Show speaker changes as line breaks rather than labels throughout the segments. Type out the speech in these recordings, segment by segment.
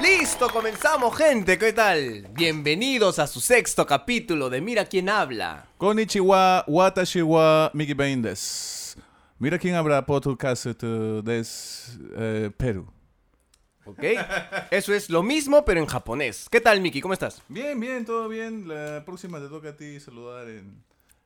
Listo, comenzamos, gente. ¿Qué tal? Bienvenidos a su sexto capítulo de Mira quién habla.
Konnichiwa, watashi wa Mickey Bain desu. Mira quién habrá podcast eh, des eh, Perú.
¿Ok? Eso es lo mismo, pero en japonés. ¿Qué tal, Miki? ¿Cómo estás?
Bien, bien, todo bien. La próxima te toca a ti saludar en,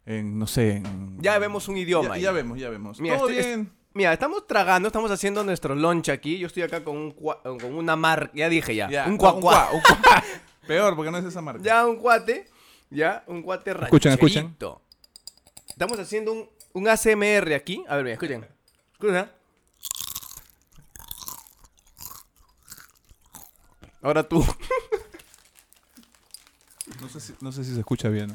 en no sé, en...
Ya vemos un
Ya-
idioma.
Mm. ya,
ahí.
vemos, ya vemos.
Mira,
todo
este-
bien.
Mira, estamos tragando, estamos haciendo nuestro lunch aquí. Yo estoy acá con, un cua- con una marca, ya dije ya.
Ya,
un cuacuá.
un cuá. Peor, porque no es esa marca.
Ya, un cuate. Ya, un cuate rancherito.
Escuchen, escuchen.
Estamos haciendo un, un ACMR aquí. A ver, mira, escuchen. ¿eh? Escucha. Ahora tú.
No, sé si, no sé si se escucha bien. ¿no?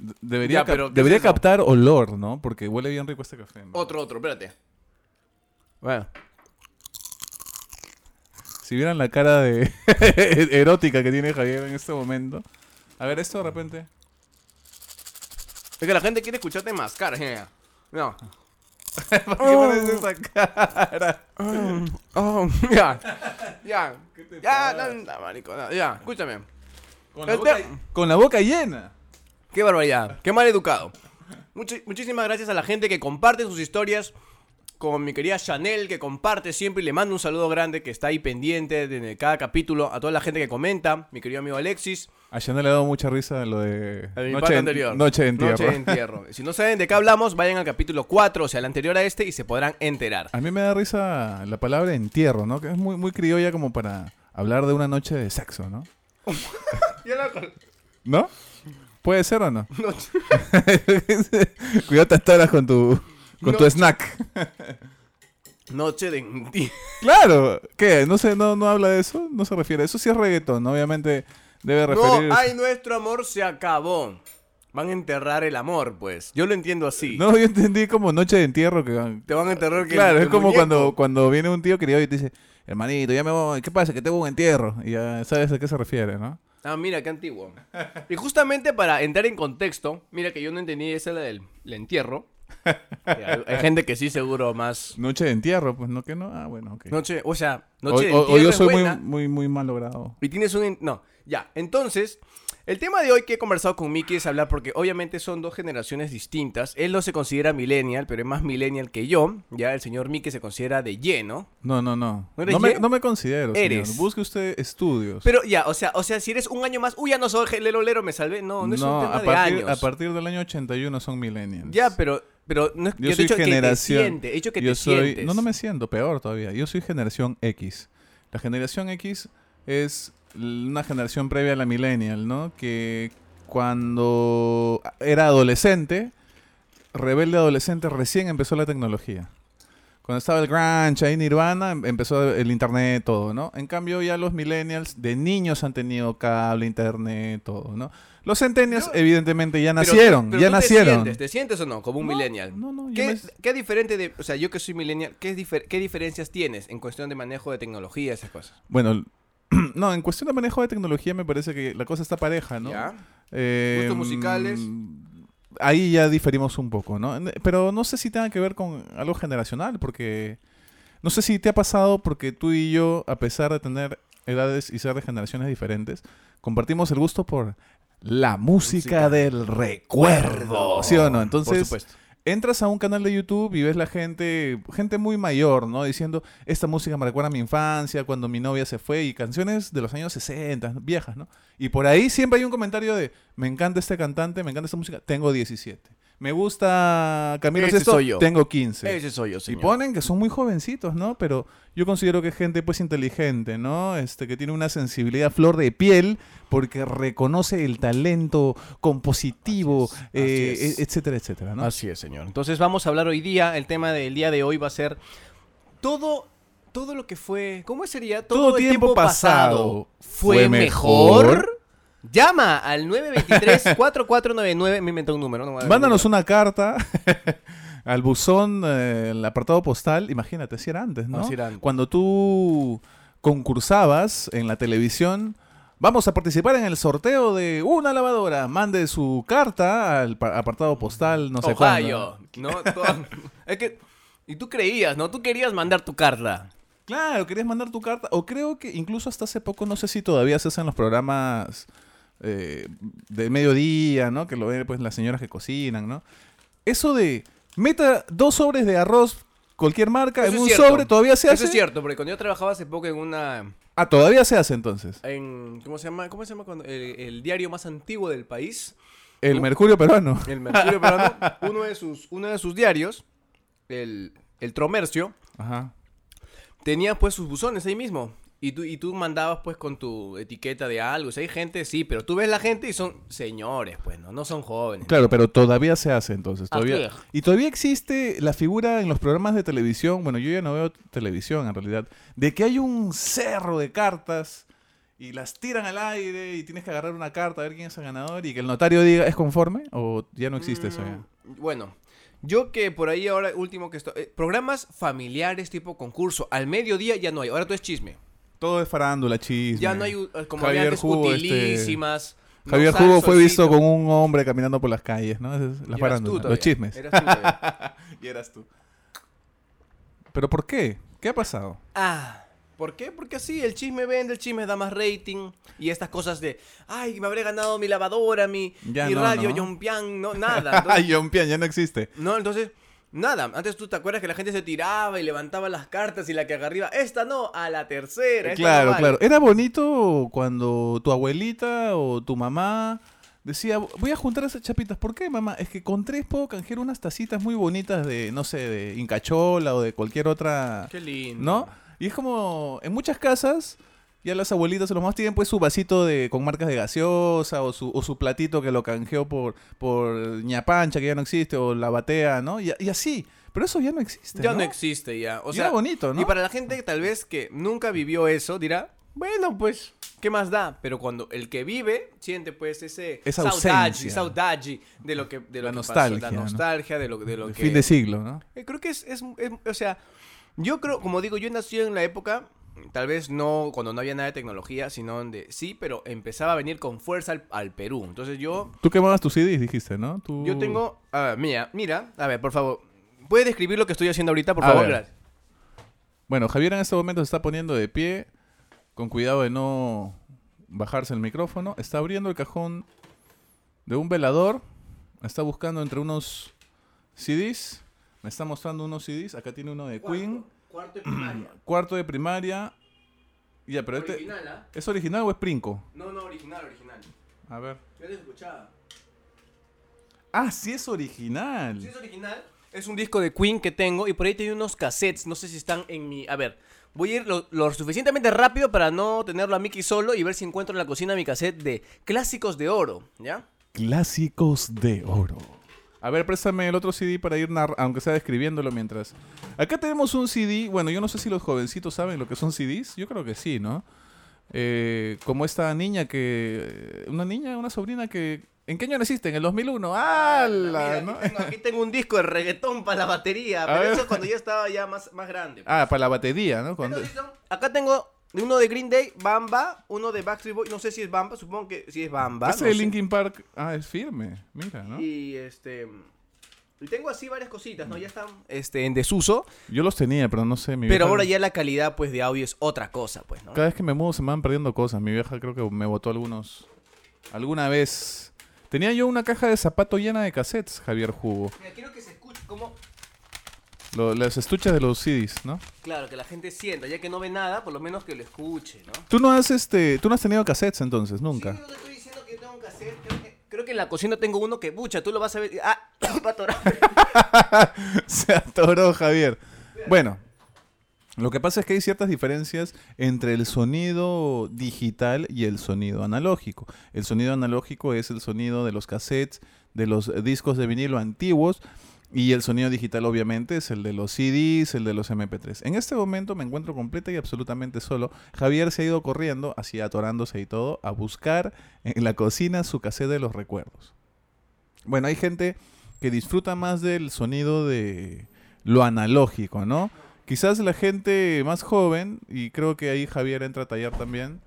De-
Ya,
Debería, cap-
pero ¿qué
debería
es eso?
captar olor, ¿no? Porque huele bien rico este café. ¿no?
Otro, otro, espérate. Bueno.
Si vieran la cara de erótica que tiene Javier en este momento. A ver, esto de repente.
Es que la gente quiere escucharte mascar, eh. jeña. No.
¿Por qué pones esa cara?
Oh, ya. Ya.
Ah. te
Ya,
pasa?
no, marico. no, ya, escúchame.
Con
la boca-
con la boca llena.
Qué barbaridad, qué mal educado. Muchi- muchísimas gracias a la gente que comparte sus historias. Con mi querida Chanel, que comparte siempre y le mando un saludo grande, que está ahí pendiente de de cada capítulo. A toda la gente que comenta, mi querido amigo Alexis.
A Chanel le ha dado mucha risa lo de.
a mi
noche,
pata
de-
anterior.
Noche de entierro.
Noche de entierro. Si no saben de qué hablamos, vayan al capítulo 4, o sea, al anterior a este, y se podrán enterar.
A mí me da risa la palabra entierro, ¿no? Que es muy, muy criolla como para hablar de una noche de sexo, ¿no? ¿No? ¿Puede ser o no? Cuidado te atoras con tu, con tu
Noche.
snack.
Noche de entierro.
Claro, ¿qué? No sé, no, no habla de eso, no se refiere. Eso sí es reggaetón, ¿no? obviamente debe referirse.
No, ay, nuestro amor se acabó. Van a enterrar el amor, pues. Yo lo entiendo así.
No, yo entendí como noche de entierro que
Te van a enterrar que
Claro,
el-
es
el
como
muñeco.
cuando, cuando viene un tío querido y te dice, hermanito, ya me voy, ¿qué pasa? Que tengo un entierro. Y ya sabes a qué se refiere, ¿no?
Ah, mira, qué antiguo. Y justamente para entrar en contexto, mira que yo no entendí esa la del el entierro. Hay, hay gente que sí, seguro, más.
Noche de entierro, pues no que no. Ah, bueno, ok.
Noche, o sea,
O-
noche de
o, o
entierro
yo
es
soy muy,
buena,
muy, muy mal logrado.
Y tienes un. en- No, ya. Entonces, el tema de hoy que he conversado con Miki es hablar porque obviamente son dos generaciones distintas. Él no se considera millennial, pero es más millennial que yo. Ya el señor Miki se considera de lleno.
No, no, no.
¿No
No,
eres
me,
ye?
no me considero. señor.
Eres.
Busque usted estudios.
Pero ya, o sea, o sea, si eres un año más, uy, ya no soy lero lero, me salvé. No, no es un tema
a
de
partir,
años.
a partir del año 81 son millennials.
Ya, pero, pero no es
Yo
te he
soy
dicho
generación.
Que te siente, he dicho que
yo
te
soy,
sientes.
No, no me siento, peor todavía. Yo soy generación X. La generación X es l- una generación previa a la millennial, ¿no? Que cuando era adolescente, rebelde adolescente, recién empezó la tecnología. Cuando estaba el grunge, ahí Nirvana, em- empezó el internet, todo, ¿no? En cambio ya los millennials de niños han tenido cable, internet, todo, ¿no? Los centennials evidentemente ya
Pero-
nacieron,
pero
ya
tú Te
nacieron.
sientes, ¿Te sientes o no? Como un
No,
millennial.
no, no, yo
¿Qué,
me-
qué diferente de, o sea, yo que soy millennial, ¿qué, difer- qué diferencias tienes en cuestión de manejo de tecnología y esas cosas?
Bueno, l- no, en cuestión de manejo de tecnología me parece que la cosa está pareja, ¿no?
¿Ya?
Eh,
Gustos musicales.
mm, Ahí ya diferimos un poco, ¿no? N- Pero no sé si tenga que ver con algo generacional, porque no sé si te ha pasado porque tú y yo, a pesar de tener edades y ser de generaciones diferentes, compartimos el gusto por la música,
Música.
del recuerdo, ¿sí o no? Entonces,
Por supuesto.
entras a un canal de YouTube y ves la gente, gente muy mayor, ¿no? Diciendo, esta música me recuerda a mi infancia, cuando mi novia se fue, y canciones de los años 60, ¿no? viejas, ¿no? Y por ahí siempre hay un comentario de, me encanta este cantante, me encanta esta música, tengo 17. Me gusta Camilo
Ese
Sesto,
soy yo.
tengo 15.
Ese soy yo,
y
señor.
ponen que son muy jovencitos, ¿no? Pero yo considero que es gente pues inteligente, ¿no? Este que tiene una sensibilidad flor de piel porque reconoce el talento compositivo,
Así es,
eh,
así es.
e- etcétera, etcétera, ¿no?
Así es, señor. Entonces vamos a hablar hoy día, el tema del día de hoy va a ser todo todo lo que fue, ¿cómo sería?
Todo
el
tiempo pasado
fue
fue
mejor.
mejor.
Llama al 923 4499, me inventé un número, no me voy a dar
Mándanos
un
una carta al buzón, eh, el apartado postal. Imagínate, si era antes, ¿no?
Así era antes.
Cuando tú concursabas en la televisión, vamos a participar en el sorteo de una lavadora. Mande su carta al pa- apartado postal, no sé
número.
cuándo.
Ohio, ¿no? Todo- es que y tú creías, ¿no? Tú querías mandar tu carta.
Claro, querías mandar tu carta. O creo que incluso hasta hace poco, no sé si todavía se hacen los programas eh, de mediodía, ¿no? Que lo ven pues las señoras que cocinan, ¿no? Eso de meta dos sobres de arroz, cualquier marca,
Eso
en
es
un
cierto.
sobre, todavía se hace.
Eso es cierto, porque cuando yo trabajaba hace poco en una.
Ah, todavía se hace entonces.
En, ¿Cómo se llama? ¿Cómo se llama? cuando- el, el diario más antiguo del país, Uh.
El Mercurio peruano.
el Mercurio Peruano, uno de sus, uno de sus diarios, el, el Tromercio,
Ajá.
tenía pues sus buzones ahí mismo. Y tú, y tú mandabas pues con tu etiqueta de algo. Si hay gente, sí, pero tú ves la gente y son señores, pues, ¿no? No son jóvenes.
Claro, pero todavía se hace entonces.
Así
Todavía...
es.
Y todavía existe la figura en los programas de televisión, bueno, yo ya no veo televisión en realidad, de que hay un cerro de cartas y las tiran al aire y tienes que agarrar una carta a ver quién es el ganador y que el notario diga, ¿es conforme? ¿O ya no existe eso? ya?
Mm, Bueno, yo que por ahí ahora, último que estoy... eh, programas familiares tipo concurso. Al mediodía ya no hay. Ahora todo es chisme.
Todo es farándula, chisme.
Ya no hay, u- como
Javier
había antes,
Jugo, este,
utilísimas. no,
Javier
sal,
Jugo fue visto
solcito.
con un hombre caminando por las calles, ¿no? Esa es
Y
La
eras tú
farándula, los
todavía,
chismes.
eras tú todavía.
Y eras tú. ¿Pero por qué? ¿Qué ha pasado?
ah, ¿por qué? Porque así el chisme vende, el chisme da más rating. Y estas cosas de, ay, me habré ganado mi lavadora, mi,
Ya
mi
no,
radio,
¿no?
Yompian, no, nada. Entonces-
John Pian ya no existe.
No, entonces, nada. Antes tú te acuerdas que la gente se tiraba y levantaba las cartas y la que arriba, esta no, a la tercera. esta no
Claro,
vale".
claro. Era bonito cuando tu abuelita o tu mamá decía, voy a juntar esas chapitas. ¿Por qué, mamá? Es que con tres puedo canjear unas tacitas muy bonitas de, no sé, de Incachola o de cualquier otra,
Qué lindo.
¿no? Y es como, en muchas casas, ya las abuelitas o los más tienen pues su vasito de con marcas de gaseosa o su, o su platito que lo canjeó por, por ñapancha que ya no existe o la batea, ¿no? Y, y así. Pero eso ya no existe,
Ya
¿Este ¿no?
no, existe ya. O
Y
sea,
era bonito, ¿no?
Y para la gente que tal vez que nunca vivió eso, dirá, bueno, pues, ¿qué más da? Pero cuando el que vive siente pues ese
Esa
saudade,
ausencia.
saudade de lo que de lo
La
que pasó,
nostalgia,
la
¿no?
nostalgia de lo de lo
De
que
Fin de siglo, ¿no?
Eh, Creo que es, es- es- o sea, yo creo, como digo, yo nací en la época, tal vez no cuando no había nada de tecnología, sino donde sí, pero empezaba a venir con fuerza al, al Perú. Entonces yo,
Tú quemabas tus CDs, dijiste, ¿no? Tú-
yo tengo, a ver, mira, mira, a ver, por favor, ¿puedes describir lo que estoy haciendo ahorita, por
A
favor?
ver.
Gracias.
Bueno, Javier en este momento se está poniendo de pie, con cuidado de no bajarse el micrófono. Está abriendo el cajón de un velador. Está buscando entre unos CDs. Me está mostrando unos CDs. Acá tiene uno de Queen.
Cuarto de primaria.
Cuarto de primaria. Ya, pero este... ¿Es original o es Princo?
¿ah? No, no, original, original.
A ver.
Yo te escuchaba.
Ah, sí es original.
Si es original, es un disco de Queen que tengo y por ahí tenía unos cassettes. No sé si están en mi. A ver, voy a ir lo, lo suficientemente rápido para no tenerlo a Mickey solo y ver si encuentro en la cocina mi cassette de Clásicos de Oro, ¿ya?
Clásicos de oro. A ver, préstame el otro CD para ir, narr- aunque sea describiéndolo mientras. Acá tenemos un CD. Bueno, yo no sé si los jovencitos saben lo que son CDs. Yo creo que sí, ¿no? Eh, como esta niña que. Una niña, una sobrina que. ¿En qué año naciste? En el 2001. ¡Hala!
Mira,
¿no?
aquí, tengo, aquí tengo un disco de reggaetón para la batería, pero
ver.
eso es cuando ya estaba ya más, más grande.
Ah, para la batería, ¿no? Cuando-
Entonces, son- Acá tengo uno de Green Day, Bamba, uno de Backstreet Boys, no sé si es Bamba, supongo que sí es Bamba.
Ese
no
de
sé.
Linkin Park. Ah, es firme. Mira, ¿no?
Y este. Y tengo así varias cositas, ¿no? Ya están este, en desuso.
Yo los tenía, pero no sé. Mi
Pero
vieja-
ahora ya la calidad pues de audio es otra cosa, pues, ¿no?
Cada vez que me mudo se me van perdiendo cosas. Mi vieja creo que me botó algunos. Alguna vez. Tenía yo una caja de zapato llena de cassettes, Javier Jugo.
Mira, quiero que se escuche como
Lo- los estuches de los CDs, ¿no?
claro, que la gente sienta, ya que no ve nada, por lo menos que lo escuche, ¿no?
Tú no has este. Tú no has tenido cassettes entonces, nunca.
Sí, yo te estoy diciendo que yo tengo un cassette, creo que, creo que en la cocina tengo uno que, pucha, tú lo vas a ver, ah, va a atorar.
se atoró Javier. Bueno. Lo que pasa es que hay ciertas diferencias entre el sonido digital y el sonido analógico. El sonido analógico es el sonido de los cassettes, de los discos de vinilo antiguos, Y el sonido digital, obviamente, es el de los CDs, el de los MP3. En este momento me encuentro completa y absolutamente solo. Javier se ha ido corriendo, así atorándose y todo, a buscar en la cocina su cassette de los recuerdos. Bueno, hay gente que disfruta más del sonido de lo analógico, ¿no? Quizás la gente más joven, y creo que ahí Javier entra a tallar también,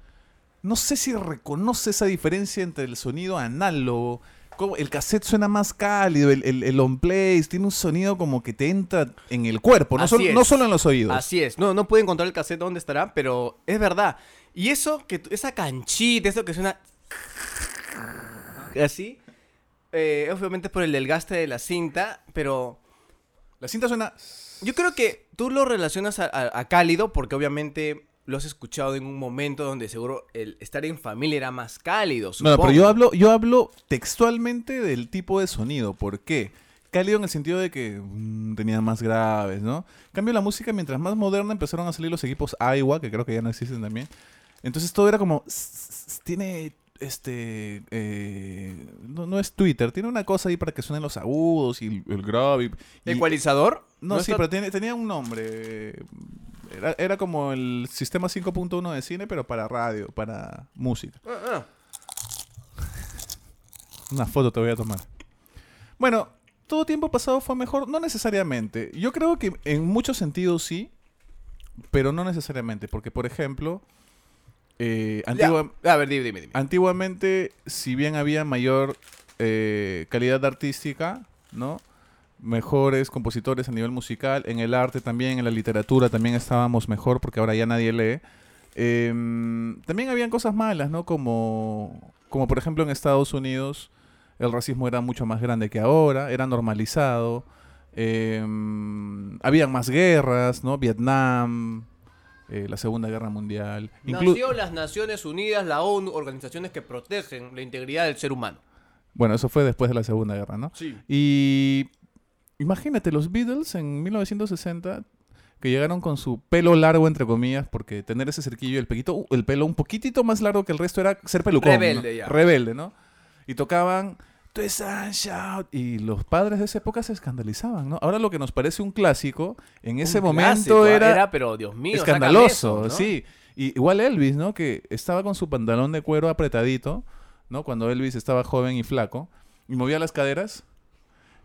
no sé si reconoce esa diferencia entre el sonido análogo ¿Cómo? El cassette suena más cálido, el, el, el on place tiene un sonido como que te entra en el cuerpo, no,
Así
solo,
es.
no solo en los oídos.
Así es. No, no pude encontrar el cassette dónde estará, pero es verdad. Y eso, que t- esa canchita, eso que suena así, eh, obviamente es por el desgaste de la cinta, pero
La cinta suena.
yo creo que tú lo relacionas a, a- a cálido porque obviamente lo has escuchado en un momento donde seguro el estar en familia era más cálido.
No,
Supongo.
pero yo hablo, yo hablo textualmente del tipo de sonido. ¿Por qué? Cálido en el sentido de que mm, tenía más graves, ¿no? En cambio, la música, mientras más moderna, empezaron a salir los equipos Aiwa, que creo que ya no existen también. Entonces todo era como. "S- s- s- Tiene. Este. eh, no, no es Twitter, tiene una cosa ahí para que suenen los agudos y el, el grave. y- y-
¿Ecualizador?
no, sí,
está-
pero tiene- tenía un nombre. Era, era como el sistema 5.1 de cine, pero para radio, para música.
Ah, ah.
Una foto te voy a tomar. Bueno, todo tiempo pasado fue mejor, no necesariamente. Yo creo que en muchos sentidos sí, pero no necesariamente, porque por ejemplo, eh, antigua-
Ya, A ver, dime,
Ah,
dime. dime.
antiguamente, si bien había mayor eh, calidad artística, ¿no? Mejores compositores a nivel musical, en el arte también, en la literatura también estábamos mejor, porque ahora ya nadie lee. Em, también habían cosas malas, ¿no? Como, como por ejemplo en Estados Unidos el racismo era mucho más grande que ahora, era normalizado, em, habían más guerras, ¿no? Vietnam, eh, la Segunda Guerra Mundial. inclu-
Nació las Naciones Unidas, la ONU, organizaciones que protegen la integridad del ser humano.
Bueno, eso fue después de la Segunda Guerra, ¿no?
Sí.
Y imagínate, los Beatles en 1960, que llegaron con su pelo largo, entre comillas, porque tener ese cerquillo y el, pequito, uh, el pelo un poquitito más largo que el resto era ser pelucón. ¿no?
Rebelde ya.
Rebelde, ¿no? Y tocaban... "Twist and shout", Y los padres de esa época se escandalizaban, ¿no? Ahora lo que nos parece un clásico, en ese
Un clásico,
momento
ah,
era,
pero Dios mío,
escandaloso,
sácame eso, ¿no?
sí. Y igual Elvis, ¿no? Que estaba con su pantalón de cuero apretadito, ¿no? Cuando Elvis estaba joven y flaco, y movía las caderas,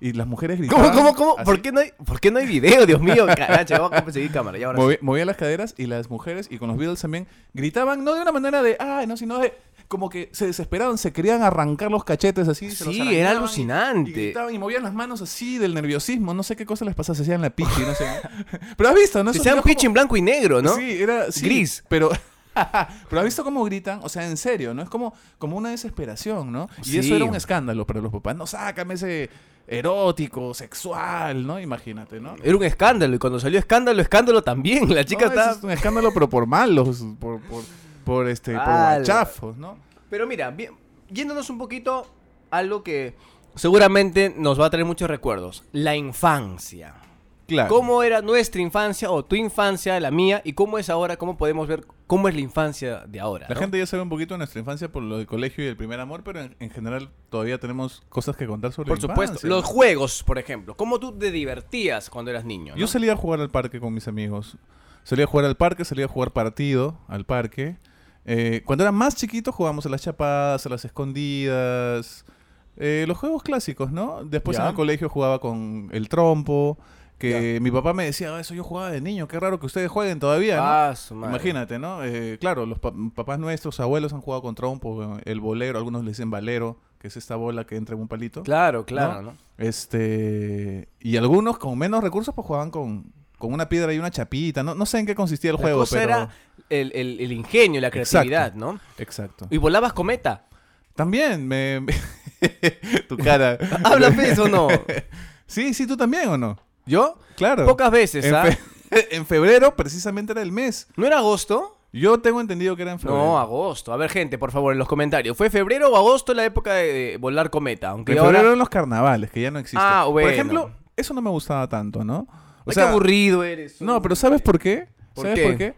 y las mujeres gritaban.
¿Cómo, cómo, cómo?
así.
¿Por qué, no hay, ¿Por qué no hay video? Dios mío, caracha, vamos a conseguir cámara. Ya ahora sí.
Movi- movía las caderas y las mujeres, y con los Beatles también, gritaban, no de una manera de, ay, no, sino de, como que se desesperaban, se querían arrancar los cachetes así. se los
Sí, era
arañaban y-
alucinante.
Y, gritaban y movían las manos así del nerviosismo, no sé qué cosa les pasaba, se hacían la pichi, no sé. Pero has visto, ¿no?
Que
Esos
sea un
videos
pitch
como-
en blanco y negro, ¿no?
Sí, era sí,
Gris.
Pero, pero has visto cómo gritan, o sea, en serio, ¿no? Es como, como una desesperación, ¿no? Y
Sí.
eso era un escándalo para los papás. No, sácame ese erótico, sexual, ¿no? Imagínate, ¿no?
Era un escándalo, y cuando salió escándalo, escándalo también. La chica
No,
estaba.
ese Es un escándalo, pero por malos, por, por, por, este, por
Ala.
guachafos, ¿no?
Pero mira, bien- yéndonos un poquito a algo que seguramente nos va a traer muchos recuerdos: la infancia.
Claro.
¿Cómo era nuestra infancia o tu infancia, la mía, y cómo es ahora? ¿Cómo podemos ver cómo es la infancia de ahora?
La
¿no?
gente ya sabe un poquito de nuestra infancia por lo del colegio y el primer amor, pero en, en general todavía tenemos cosas que contar sobre
Por
la
supuesto.
infancia,
Los
¿no?
juegos, por ejemplo. ¿Cómo tú te divertías cuando eras niño?
Yo
no?
salía a jugar al parque con mis amigos. Salía a jugar al parque, salía a jugar partido al parque. Eh, cuando era más chiquito jugábamos a las chapadas, a las escondidas. Eh, los juegos clásicos, ¿no? Después
Ya.
en el colegio jugaba con el trompo. Que mi papá me decía, "Ah, eso yo jugaba de niño, qué raro que ustedes jueguen todavía, ¿no?"
Ah, su madre.
Imagínate, ¿no? Eh, claro, los pa- papás nuestros, abuelos han jugado con trompo, el bolero, algunos le dicen valero, que es esta bola que entra en un palito.
Claro, claro,
¿no?
¿no?
Este. Y algunos con menos recursos, pues jugaban con, con una piedra y una chapita. No, no sé en qué consistía el
La
juego,
cosa
pero.
era el, el- el ingenio, la creatividad, ¿no?
Exacto.
Y volabas cometa.
También me. tu cara.
¿Habla eso no?
sí, sí, tú también o no.
¿Yo?
Claro.
Pocas veces,
En
¿ah?
fe- en febrero, precisamente era el mes.
¿No era agosto?
Yo tengo entendido que era en febrero.
No, ah, agosto. A ver, gente, por favor, en los comentarios. ¿Fue febrero o agosto la época de, de volar cometa? Aunque
En
ahora...
febrero eran los carnavales, que ya no existen.
Ah, bueno.
Por ejemplo, eso no me gustaba tanto, ¿no?
Ay, qué aburrido eres.
No, pero ¿sabes por qué?
¿Por
¿Sabes
qué?
por qué?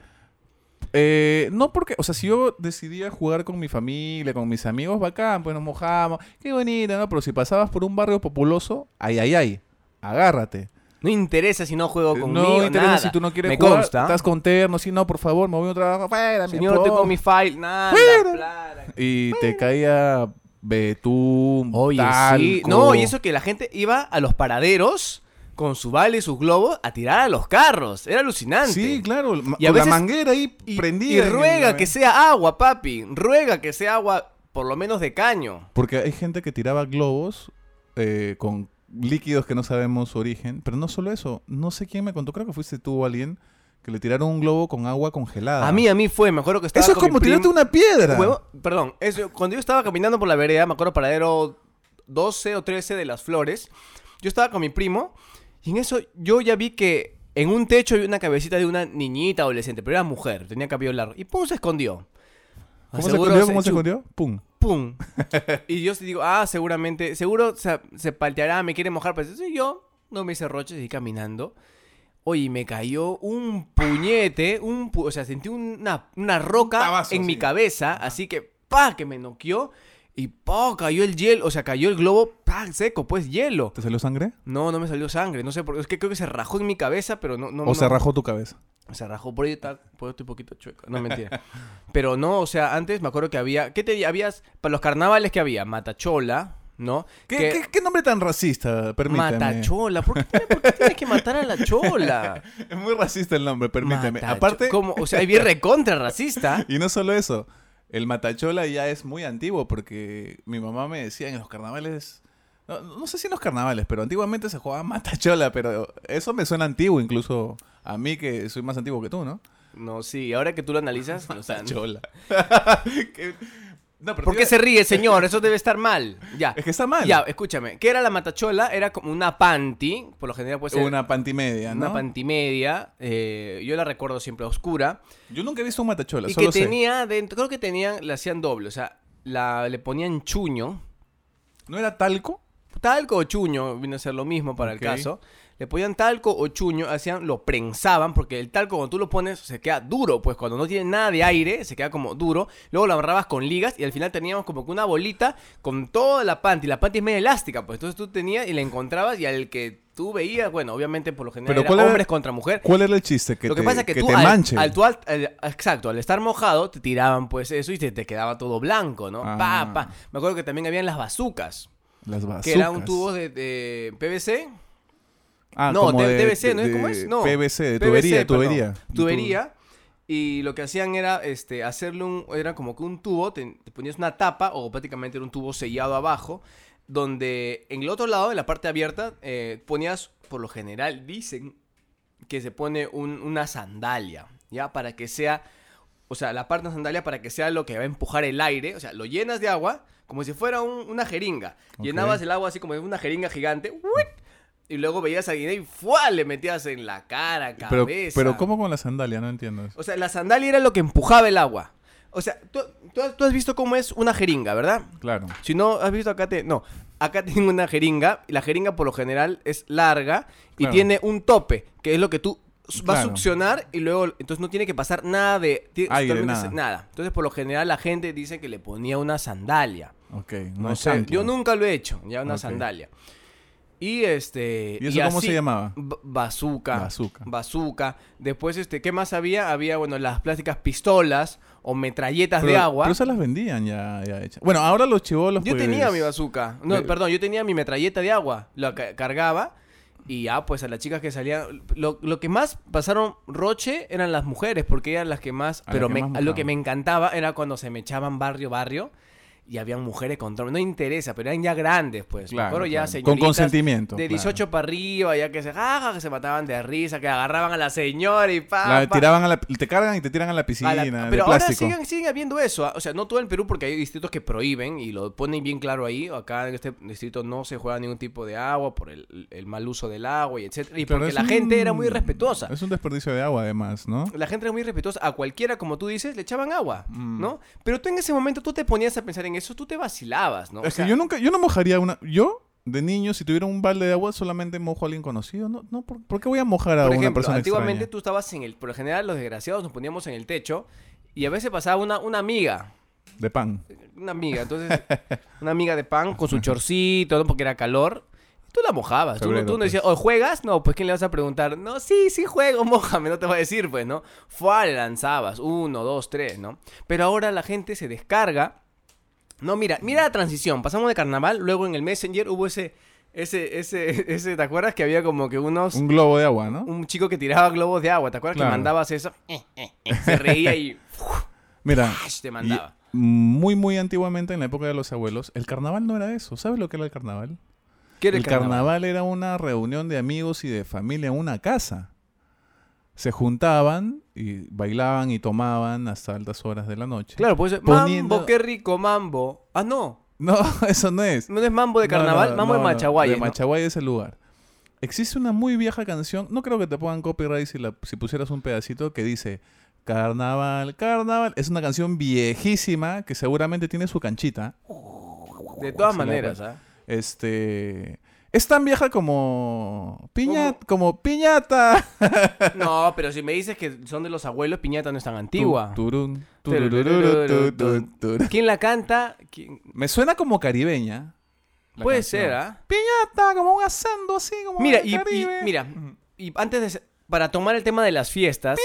Eh, no porque, o sea, si yo decidía jugar con mi familia, con mis amigos, bacán, pues nos mojábamos, qué bonito, ¿no? Pero si pasabas por un barrio populoso, ay, ay, ay, agárrate.
No interesa si no juego
Eh,
conmigo,
no interesa
nada.
si tú no quieres
Me
jugar,
consta.
estás con terno, si no, por favor, me voy a un trabajo, fuera, mi
Señor, tengo
apodo.
mi file. Nada,
Fuera.
plana.
Y te caía betún,
Oye, sí.
talco.
No, y eso que la gente iba a los paraderos con su vale y sus globos a tirar a los carros. Era alucinante.
Sí, claro, ma-
Y a
con
veces-
la manguera ahí
Y,
prendida.
y
en el-
ruega que sea agua, papi. Ruega que sea agua. po- por lo menos de caño.
Porque hay gente que tiraba globos eh, con líquidos que no sabemos su origen. Pero no solo eso, no sé quién me contó, creo que fuiste tú o alguien, que le tiraron un globo con agua congelada.
A mí, a mí fue, me acuerdo que estaba
Ah. Eso es
con mi
como
prim-
tirarte una piedra.
Huevo- perdón, eso- cuando yo estaba caminando por la vereda, me acuerdo paradero 12 o 13 de las flores, yo estaba con mi primo y en eso yo ya vi que en un techo había una cabecita de una niñita adolescente, pero era mujer, tenía cabello largo y pum, se escondió.
¿Cómo se
Seguro
escondió? ¿Cómo se
chu-
escondió? Pum.
pum. y yo sí digo, ah, seguramente, seguro se, se palteará, me quiere mojar. Pues entonces yo no me hice roche, seguí caminando. Oye, y me cayó un puñete, un pu- o sea, sentí una, una roca
Un tabazo,
en mi
sí.
cabeza, así que, pa, que me noqueó. Y, pa, cayó el hielo, o sea, cayó el globo, pa, seco, pues hielo.
¿Te salió sangre?
No, no me salió sangre, no sé por qué, es que creo que se rajó en mi cabeza, pero no... no
¿O
no-
se rajó tu cabeza?
se rajó por ahí, tal, por ahí estoy un poquito chueco. No, mentira. Pero no, o sea, antes me acuerdo que había. ¿Qué te habías? Para los carnavales que había, Matachola, ¿no?
¿Qué,
Que-
qué- qué nombre tan racista? Permíteme.
Matachola. ¿Por qué, tiene- por qué tienes que matar a la chola?
Es muy racista el nombre, permíteme.
Matacho-
Aparte,
Como, o sea, es bien recontra racista.
y no solo eso, el matachola ya es muy antiguo porque mi mamá me decía en los carnavales. No, no sé si en los carnavales, pero antiguamente se jugaba matachola, pero eso me suena antiguo incluso a mí que soy más antiguo que tú, ¿no?
No, sí, ahora que tú lo analizas. o sea,
Matachola. Que- no, pero
¿Por
te
qué
iba-
se ríe, señor? Eso debe estar mal. Ya.
Es que está mal.
Ya, escúchame. ¿Qué era la matachola? Era como una panty. Por lo general puede ser
Una pantimedia, ¿no?
una pantimedia. eh, yo la recuerdo siempre oscura.
Yo nunca he visto un matachola,
Y
solo
que
sé.
tenía dentro, creo que tenían, le hacían doble, o sea, la, le ponían chuño,
¿No era talco?
talco o chuño, vino a ser lo mismo para
Ok.
el caso. Le ponían talco o chuño, hacían, lo prensaban, porque el talco cuando tú lo pones se queda duro, pues cuando no tiene nada de aire, se queda como duro. Luego lo amarrabas con ligas y al final teníamos como que una bolita con toda la panty. La panty es medio elástica, pues entonces tú tenías y la encontrabas y al que tú veías, bueno, obviamente por lo general
Pero
era
¿cuál era-
hombres contra mujer.
¿Cuál era el chiste? Que
lo que
te,
pasa es que, tú,
te
al,
manche.
al- tú al- al- exacto, al estar mojado, te tiraban pues eso y te, te quedaba todo blanco, ¿no?
Ah.
Pa, pa. Me acuerdo que también habían las bazucas,
Las bazucas.
que era un tubo de, de PVC.
Ah,
no,
como
de,
de-
PVC, ¿no es
de-
cómo es? No.
PVC,
PVC,
de tubería,
perdón.
tubería.
Tubería. Y lo que hacían era este, hacerle un. Era como que un tubo, te, te ponías una tapa, o prácticamente era un tubo sellado abajo, donde en el otro lado, en la parte abierta, eh, ponías, por lo general, dicen que se pone un- una sandalia, ¿ya? Para que sea. O sea, la parte de la sandalia para que sea lo que va a empujar el aire. O sea, lo llenas de agua como si fuera un- una jeringa.
Ok.
Llenabas el agua así como de una jeringa gigante. ¡uit! Y luego veías a alguien y ¡fua! le metías en la cara,
Pero,
cabeza.
pero ¿cómo con la sandalia? No entiendo eso.
O sea, la sandalia era lo que empujaba el agua. O sea, tú, tú has- tú has visto cómo es una jeringa, ¿verdad?
Claro.
Si no has visto acá, te, no. Acá tengo una jeringa. y La jeringa por lo general es larga y
Claro.
tiene un tope, que es lo que tú s- vas
Claro.
a succionar y luego, entonces no tiene que pasar nada de ti-
Aire,
totalmente
nada.
se- Entonces por lo general la gente dice que le ponía una sandalia.
Ok.
No,
No es
sé,
chancla.
yo nunca lo he hecho, ya una
Ok.
sandalia. Y este.
¿Y eso cómo se llamaba?
b- Bazooka.
Bazooka.
Bazooka. Después, este, ¿qué más había? Había, bueno, las plásticas pistolas o metralletas
Pero-
de agua.
Pero esas las vendían ya, ya hechas. Bueno, ahora los chivolos.
Yo
pues,
tenía mi bazooka. No,
de-
perdón, yo tenía mi metralleta de agua. La ca- cargaba y ya, pues a las chicas que salían. Lo, lo que más pasaron roche eran las mujeres, porque eran las que más.
A las
pero
que
me-
más
lo que
mojaban.
me encantaba era cuando se me echaban barrio, barrio. Y habían mujeres con trompa. No interesa, pero eran ya grandes, pues. Me
Claro,
acuerdo ya
claro. Con
señoritas
consentimiento,
De
claro.
18 para arriba, ya que se jaja, que se mataban de risa, que agarraban a la señora y pa.
La
pa.
tiraban a la, te cargan y te tiran a la
A
piscina
la-
de
pero ahora
plástico.
siguen, siguen habiendo eso. ah, O sea, no todo en Perú porque hay distritos que prohíben y lo ponen bien claro ahí. Acá en este distrito no se juega ningún tipo de agua por el, el mal uso del agua y etcétera. Y
Claro,
porque
es
la gente era
un-
muy respetuosa.
Es un desperdicio de agua, además, ¿no?
La gente era muy respetuosa. A cualquiera, como tú dices, le echaban agua,
Mm.
¿no? Pero tú en ese momento tú te ponías a pensar en eso, tú te vacilabas, ¿no? O
es
sea,
que yo nunca, yo no mojaría una. Yo, de niño, si tuviera un balde de agua, solamente mojo a alguien conocido. No, no ¿por, por qué voy a mojar a
Por
una
ejemplo,
persona
antiguamente
extraña?
tú estabas en el... Por lo general, los desgraciados nos poníamos en el techo y a veces pasaba una, una amiga.
De pan.
Una amiga, entonces, una amiga de pan con su chorcito, ¿no? porque era calor. Tú la mojabas. Tú, no-
Febrero,
tú no
pues.
decías, ¿o juegas? No, pues ¿quién le vas a preguntar? No, sí, sí juego, mojame, no te voy a decir, pues, ¿no? Fua, le lanzabas, uno, dos, tres, ¿no? Pero ahora la gente se descarga. No, mira, mira la transición. Pasamos de carnaval, luego en el Messenger hubo ese, ese, ese, ese, ¿te acuerdas? Que había como que unos
Un globo de agua, ¿no?
un chico que tiraba globos de agua, ¿te acuerdas
Claro.
que mandabas eso? Eh, eh, eh, Se reía y ¡fuj!
Mira,
¡ash! te
y-
mandaba.
muy, muy antiguamente, en la época de los abuelos, el carnaval no era eso. ¿Sabes lo que era el carnaval?
¿Qué era
el carnaval? era una reunión de amigos y de familia en una casa. Se juntaban y bailaban y tomaban hasta altas horas de la noche.
Claro, pues ser
Poniendo-
mambo, qué rico mambo. Ah, no.
No, eso no es.
No es mambo de
No, no,
carnaval, mambo
no,
de
no,
Machaguay.
De
¿no?
Machaguay es el lugar. Existe una muy vieja canción, no creo que te pongan copyright si, la- si pusieras un pedacito que dice Carnaval, Carnaval. Es una canción viejísima que seguramente tiene su canchita.
De todas
Sí, la
maneras, ¿ah?
Este. Es tan vieja como. Piña, como piñata.
¿ah? No, pero si me dices que son de los abuelos, Piñata no es tan antigua.
Tu- turun, turururu, tu- tu-
Tururururururu.
turun.
¿Quién la canta? ¿Quién-
Me suena como caribeña. la
Puede
canción.
ser, ¿ah?
Piñata, como un acento así, como.
Mira,
del
y, y-
Caribe.
mira, y antes de... ce- Para tomar el tema de las fiestas...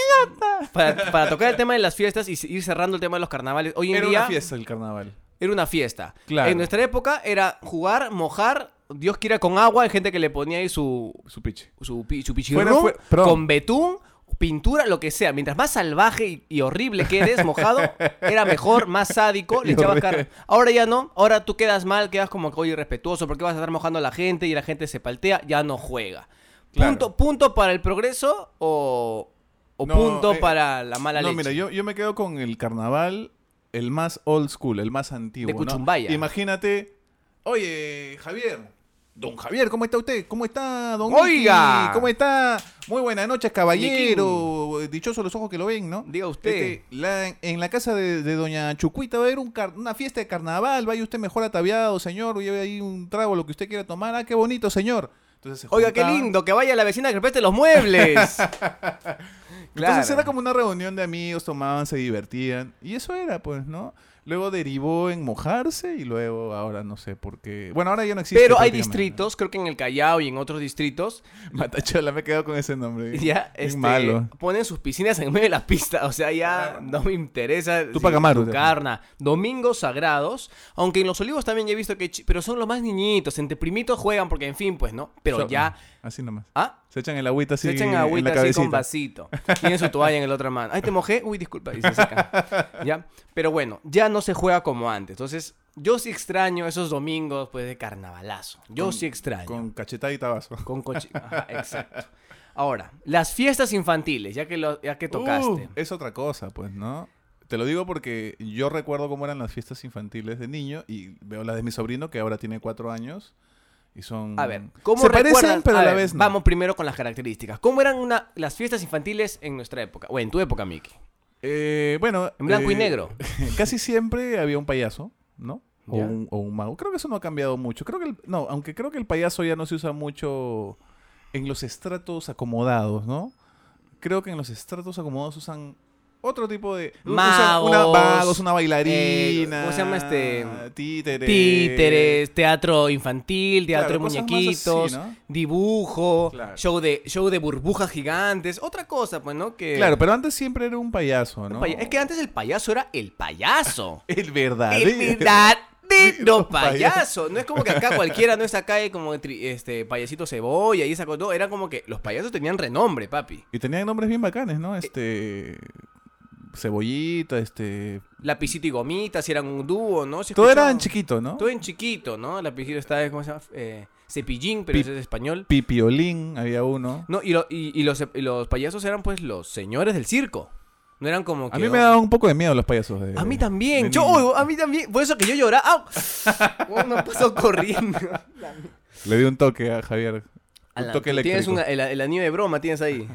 Para, para tocar el tema de las fiestas y se- ir cerrando el tema de los carnavales. Hoy en
Era
día...
una fiesta el carnaval.
Era una fiesta.
Claro.
En nuestra época era jugar, mojar, Dios quiera con agua, hay gente que le ponía ahí su,
Su piche.
su, pi- su pichirrún,
fue- perdón.
con betún, pintura, lo que sea. Mientras más salvaje y, y horrible que eres, mojado, era mejor, más sádico, le
Y
echabas
horrible.
carne. Ahora ya no, ahora tú quedas mal, quedas como que, oye, irrespetuoso, porque vas a estar mojando a la gente y la gente se paltea, ya no juega.
Claro.
Punto, punto para el progreso o, o
No,
punto
eh,
para la mala
no,
leche.
mira, yo, yo me quedo con el carnaval, el más old school, el más antiguo.
De
¿no?
Cuchumbaya.
Imagínate, oye, Javier. Don Javier, ¿cómo está usted? ¿Cómo está, don
Oiga.
Nicky? ¿Cómo está? Muy buenas noches, caballero. Dichosos los ojos que lo ven, ¿no?
Diga usted.
Este, la- en la casa de, de doña Chucuita va a haber un car- una fiesta de carnaval. Vaya usted mejor ataviado, señor. Lleve ahí un trago, lo que usted quiera tomar. Ah, qué bonito, señor. Entonces se
Oiga, qué
juntaban.
lindo, que vaya la vecina que repete los muebles.
Entonces era como una reunión de amigos, tomaban, se divertían. Y eso era, pues, ¿no? Luego derivó en mojarse y luego ahora no sé por qué. Bueno, ahora ya no existe.
Pero hay
prácticamente, ¿no?
distritos, creo que en el Callao y en otros distritos,
Matachola, me quedo con ese nombre.
ya
Es
este,
malo. Ah.
ponen sus piscinas en medio de la pista. O sea, ya no me interesa.
Tú Pacamaru,
tu
te-
carna. Domingos sagrados. Aunque en los olivos también he visto que. chi- Pero son los más niñitos. Entre primitos juegan, porque en fin, pues no. Pero
So-
ya.
Así nomás.
¿Ah?
Se echan el agüita así.
Se echan
en la
agüita así
cabecita.
con vasito. Tienen su toalla en el otro mano. Ay, te mojé. Uy, disculpa. Y se seca. ¿Ya? Pero bueno, ya no se juega como antes. Entonces, yo sí extraño esos domingos, pues, de carnavalazo. Yo
Con-
sí extraño.
Con cachetada y tabazo.
Con coche. Ajá, exacto. Ahora, las fiestas infantiles, ya que, lo, ya que tocaste.
Uh, es otra cosa, pues, ¿no? Te lo digo porque yo recuerdo cómo eran las fiestas infantiles de niño y veo las de mi sobrino que ahora tiene cuatro años y son...
a ver, ¿cómo
Se
recuerdas?
parecen, pero a, la
ver,
vez no.
Vamos primero con las características. ¿Cómo eran una, las fiestas infantiles en nuestra época? O en tu época, Miki.
Eh, bueno.
En blanco y
eh,
negro.
Casi siempre había un payaso, ¿no? O
Ya.
un, o un mago. Creo que eso no ha cambiado mucho. Creo que el- no, aunque creo que el payaso ya no se usa mucho en los estratos acomodados, ¿no? Creo que en los estratos acomodados usan otro tipo de usan
Magos,
una vagos, una
eh,
bailarina,
¿cómo se llama este?
títeres,
Títeres, teatro infantil, teatro
Claro,
de
cosas más
muñequitos,
así, ¿no?
dibujo,
Claro.
show, de, show de burbujas gigantes. Otra cosa, pues, ¿no? Que,
Claro, pero antes siempre era un payaso, ¿no?
Es que antes el payaso era el payaso.
el verdadero.
El verdadero
Verdadero
payaso. No es como que acá cualquiera no es acá y como tri- este payasito cebolla y esa cosa. No, era como que los payasos tenían renombre, papi.
Y tenían nombres bien bacanes, ¿no? Este cebollita, este
Lapicito y gomita, si eran un dúo, ¿no? Si
Todo
escuchaba-
era en chiquito, ¿no?
Todo en chiquito, ¿no? Lapicito está, ¿cómo se llama? Eh, cepillín, pero
Pi-
ese es español.
Pipiolín había uno.
No, y, lo- y- y los, y los payasos eran pues los señores del circo. No eran como que.
A mí me
oh,
daban un poco de miedo los payasos. De,
A mí
de
también. Yo,
niño.
uy, a mí también. Por eso que yo lloraba. ¡Au! Oh, no pasó corriendo.
Le di un toque a Javier. Un
Ala,
toque
tú tienes
eléctrico.
una- el, el anillo de broma, tienes ahí.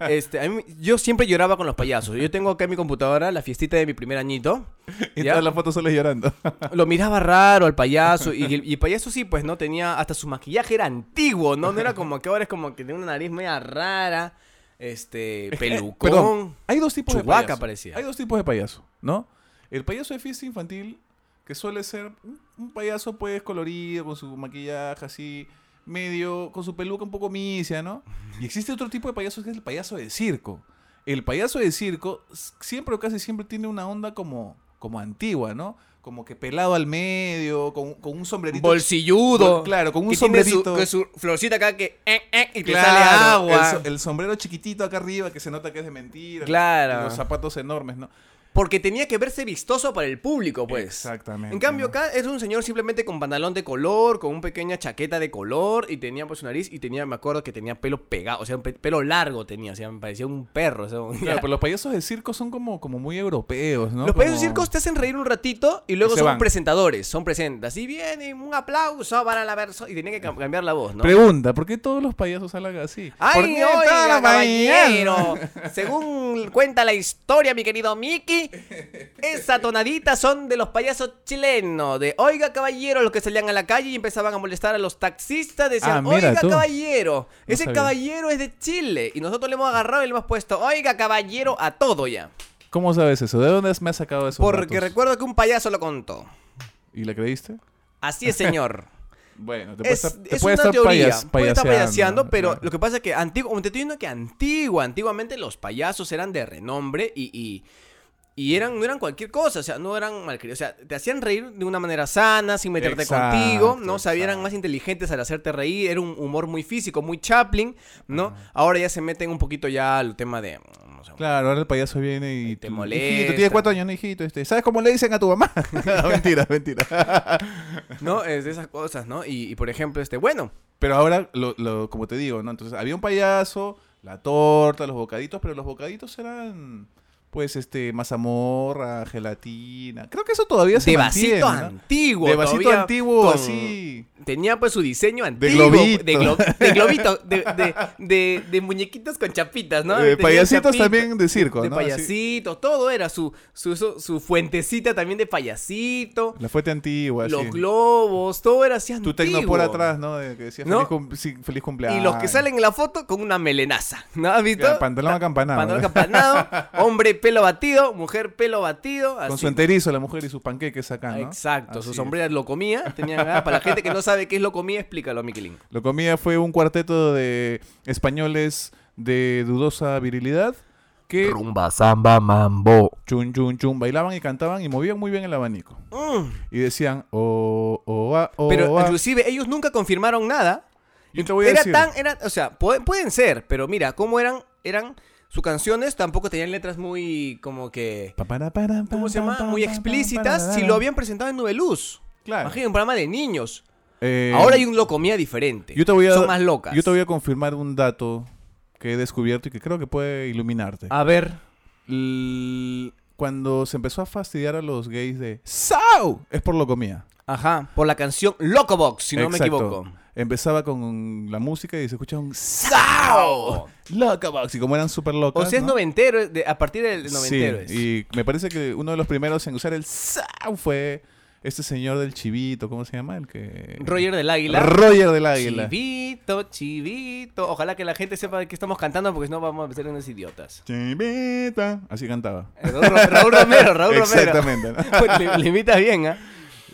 Este, a mí- yo siempre lloraba con los payasos. Yo tengo acá en mi computadora la fiestita de mi primer añito.
Y
¿ya?
todas las fotos solo llorando.
Lo miraba raro al payaso. Y, el- y el payaso sí, pues, ¿no? Tenía... Hasta su maquillaje era antiguo, ¿no? No era como que ahora es como que tiene una nariz media rara. Este, pelucón.
Perdón, hay dos tipos
Chewbacca
de payaso.
parecía.
Hay dos tipos de payaso, ¿no? El payaso de fiesta infantil, que suele ser un, un payaso pues colorido, con su maquillaje así, medio, con su peluca un poco misia, ¿no? Y existe otro tipo de payaso que es el payaso de circo. El payaso de circo s- siempre o casi siempre tiene una onda como, como antigua, ¿no? Como que pelado al medio, con, con un sombrerito.
Bolsilludo.
Bol- claro, con un
que tiene su-
sombrerito.
Con su florcita acá que... eh, eh, y te
Claro,
sale
el
agua.
so- El, sombrero chiquitito acá arriba que se nota que es de mentira.
Claro.
Los zapatos enormes, ¿no?
Porque tenía que verse vistoso para el público, pues.
Exactamente,
En cambio,
¿no?
acá es un señor simplemente con pantalón de color, con una pequeña chaqueta de color, y tenía pues su nariz, y tenía, me acuerdo que tenía pelo pegado, o sea, un pe- pelo largo tenía, o sea, me parecía un perro. o sea, un-
Claro, pero los payasos de circo son como, como muy europeos, ¿no?
Los payasos
Como-
circos te hacen reír un ratito y luego
se
son
van.
presentadores, son presentes. Así vienen, un aplauso para la persona, y tenía que cam- cambiar la voz, ¿no?
Pregunta, ¿por qué todos los payasos hablan así? ¿Por
¡Ay,
qué
oiga,
todos los
caballero!
payasos?
Según cuenta la historia, mi querido Mickey, esa tonadita son de los payasos chilenos. De, oiga, caballero, los que salían a la calle y empezaban a molestar a los taxistas. Decían,
Ah, mira
oiga,
tú.
caballero,
No
ese
sabía.
caballero es de Chile. Y nosotros le hemos agarrado y le hemos puesto, oiga, caballero, a todo ya.
¿Cómo sabes eso? ¿De dónde has- me has sacado eso?
Porque recuerdo que un payaso lo contó.
¿Y la creíste?
Así es, señor.
Bueno, te
Es,
puedes estar, te
es
puede
una
estar
teoría.
payas-
puede estar
payaseando,
payaseando, pero
claro.
lo que pasa es que antiguo, te estoy diciendo que antigua, antiguamente los payasos eran de renombre y, y, y eran, no eran cualquier cosa, o sea, no eran malcriados. O sea, te hacían reír de una manera sana, sin meterte
Exacto,
contigo, ¿no? O sea, eran
exacto.
más inteligentes al hacerte reír, era un humor muy físico, muy Chaplin, ¿no? Ahora ya se meten un poquito ya al tema de... mm, o sea,
Claro, ahora el payaso viene y
te
tú,
molesta.
Hijito, tienes cuatro años, ¿no, hijito. Este, ¿Sabes cómo le dicen a tu mamá? mentira, mentira.
¿No? Es de esas cosas, ¿no? Y, y, por ejemplo, este, bueno,
pero ahora, lo, lo- como te digo, ¿no? Entonces, había un payaso, la torta, los bocaditos, pero los bocaditos eran, pues, este, mazamorra, gelatina. Creo que eso todavía se
de
mantiene,
vasito
¿no?
antiguo.
De vasito
todavía
antiguo,
con-
así.
Tenía pues su diseño antiguo.
globito.
De, glo- de globito. De, de, de- de muñequitos con chapitas, ¿no?
de
Tenía
Eh, payasitos
chapita,
también de circo,
De
¿no? Así.
payasito. Todo era su, su, su, su fuentecita también de payasito.
La fuente antigua,
Los
así.
globos. Todo era así
Pues Tu
antiguo.
tecno por atrás, ¿no? De que decía
¿No?
Feliz, cum- sí, feliz cumpleaños.
Y los que salen en la foto con una melenaza. ¿No has visto?
Claro, Pantalón acampanado.
Pantalón
¿no?
campanado. Hombre, pelo batido. Mujer, pelo batido.
Con
así.
su enterizo, la mujer y sus panqueques acá, ¿no?
Exacto, sus
Así
sombreras lo comía. Tenían, ah, para la gente que no sabe qué es lo comía, explícalo, Miquelín.
es. Lo comía fue un cuarteto de españoles de dudosa virilidad que
Rumba, samba, mambo.
chun chun chun bailaban y cantaban y movían muy bien el abanico.
Mm.
Y decían, oh, oh, ah, oh,
Pero
ah".
inclusive ellos nunca confirmaron nada.
Yo te voy a
era
decir.
tan, era, o sea, pu- pueden ser, pero mira, cómo eran, eran sus canciones, tampoco tenían letras muy como que
Pa, para, para,
¿cómo se
pa,
llama?
pa,
muy
pa, pa,
explícitas
pa,
si
pa,
lo
pa.
habían presentado en Noveluz.
Claro.
Imagínate un programa de niños.
Eh,
Ahora hay un lo comía diferente.
Yo te voy a,
Son más locas.
Yo te voy a confirmar un dato que he descubierto y que creo que puede iluminarte.
a ver.
L- Cuando se empezó a fastidiar a los gays de ¡Sau! Es por lo comía.
Ajá, por la canción Locobox, si no me
Exacto.
equivoco.
Empezaba con la música y se escuchaba un "Sau".
¡Sao!
Locabox. Y como eran súper locos.
Oh. O sea, es noventero, de- a partir del noventero. es.
Y me parece que uno de los primeros en usar el ¡Sau! fue este señor del chivito. ¿Cómo se llama? El que.
Roger del Águila.
Roger del Águila.
Chivito, chivito. Ojalá que la gente sepa de qué estamos cantando porque si no vamos a ser unos idiotas.
Chivita. Así cantaba.
Eh, Raúl, Ro- Raúl Romero, Raúl Romero.
Exactamente. ¿no?
le, le imitas bien, ¿ah?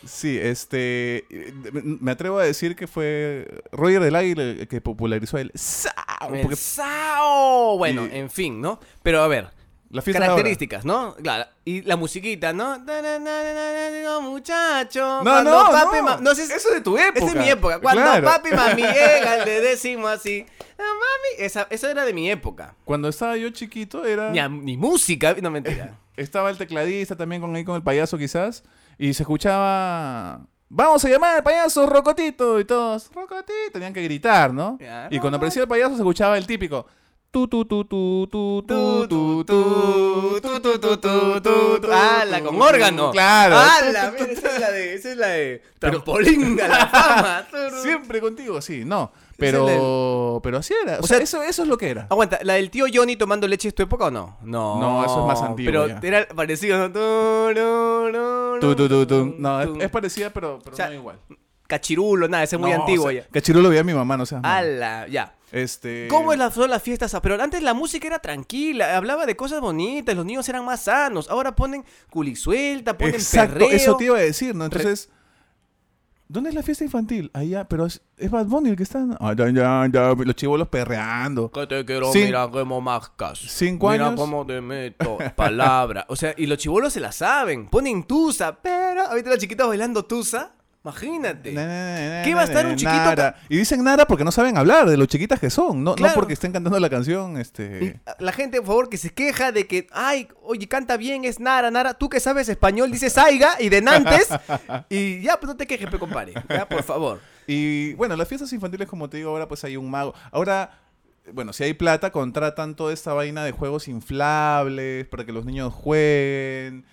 Sí, este. eh, Me atrevo a decir que fue Roger del Águila el que popularizó el ¡Sau!
El
Porque
sao. Bueno,
Y-
en fin, ¿no? Pero a ver,
la fiesta de ahora-
características, ¿no? Claro. Y la musiquita, ¿no? Ta, na, na, na, na, na, no, muchacho.
No,
cuando
no,
papi,
no.
ma- No, sé si-
Eso es de tu época.
Esa es mi época. Cuando
Claro.
papi y mami llegan, le decimos así. "Ah, mami. Esa, eso era de mi época.
Cuando estaba yo chiquito era.
Ni, a- ni música, no mentira.
Estaba el tecladista también con ahí con el payaso quizás. Y se escuchaba. Vamos a llamar al payaso Rocotito. Y todos. Rocotito. Tenían que gritar, ¿no?
Ya,
Y cuando aparecía el payaso se escuchaba el típico. Tu tu tu tu tu tu tu tu tu tu tu tu tu tu
¡Hala! Con órgano.
Claro.
¡Hala! mira, Esa es la de. Esa es la de. Trampolín a la fama.
Siempre contigo, sí, no.
Ese es
Pero, pero así era. O,
O
sea,
sea,
eso, eso es lo que era.
Aguanta, ¿la del tío Johnny tomando leche es tu época o no? No.
No, eso es más antiguo
Pero
ya.
era parecido, ¿no? Tu, ru, ru,
Tu, tu, tu, tu.
tum,
No, es,
tum.
es parecida, pero, pero
O sea,
no igual.
Cachirulo, nada, ese es muy
No,
antiguo
o sea,
ya.
Cachirulo veía a mi mamá, no seas malo.
¡Hala! Ya.
Este...
¿Cómo es la- son las fiestas? ah, Pero antes la música era tranquila, hablaba de cosas bonitas, los niños eran más sanos. Ahora ponen culisuelta, ponen
Exacto,
perreo.
eso te iba a decir, ¿no? Entonces, ¿dónde es la fiesta infantil? Allá, pero es, es Bad Bunny el que está. ¿no? Ah, ya, ya, ya, los chivolos perreando.
Que te quiero,
Cin-
mira cómo mascas.
cinco
mira
años.
cómo te meto. Palabra. O sea, y los chivolos se la saben. Ponen tusa, pero ahorita los chiquitos bailando tusa. Imagínate.
Na, na, na,
¿Qué
na,
va a estar
na,
un chiquito
nara? Y dicen nada porque no saben hablar de lo chiquitas que son. No,
Claro.
no porque estén cantando la canción. Este...
La gente, por favor, que se queja de que, ay, oye, canta bien, es Nara, Nara. Tú que sabes español, dices Saiga y de Nantes. y ya, pues no te quejes, pe, compadre. Ya, por favor.
Y bueno, las fiestas infantiles, como te digo, ahora pues hay un mago. Ahora, bueno, si hay plata, contratan toda esta vaina de juegos inflables para que los niños jueguen.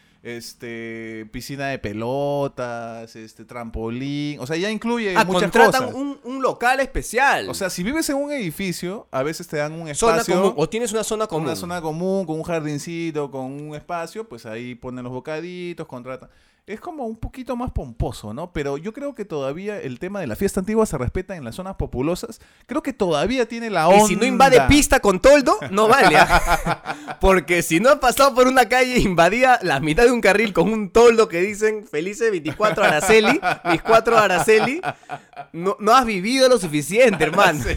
Este, piscina de pelotas, este, trampolín. O sea, ya incluye
Ah,
muchas
contratan
cosas.
un, un local especial.
O sea, si vives en un edificio, a veces te dan un
zona
espacio.
común, o tienes una zona común.
Una zona común, con un jardincito, con un espacio, pues ahí ponen los bocaditos, contratan. Es como un poquito más pomposo, ¿no? Pero yo creo que todavía el tema de la fiesta antigua se respeta en las zonas populosas. Creo que todavía tiene la onda.
Y si no invade pista con toldo, no vale. ¿ah? Porque si no ha pasado por una calle, invadía la mitad de un carril con un toldo que dicen Felice 24 Araceli, 24 Araceli, no, no has vivido lo suficiente, hermano. Pero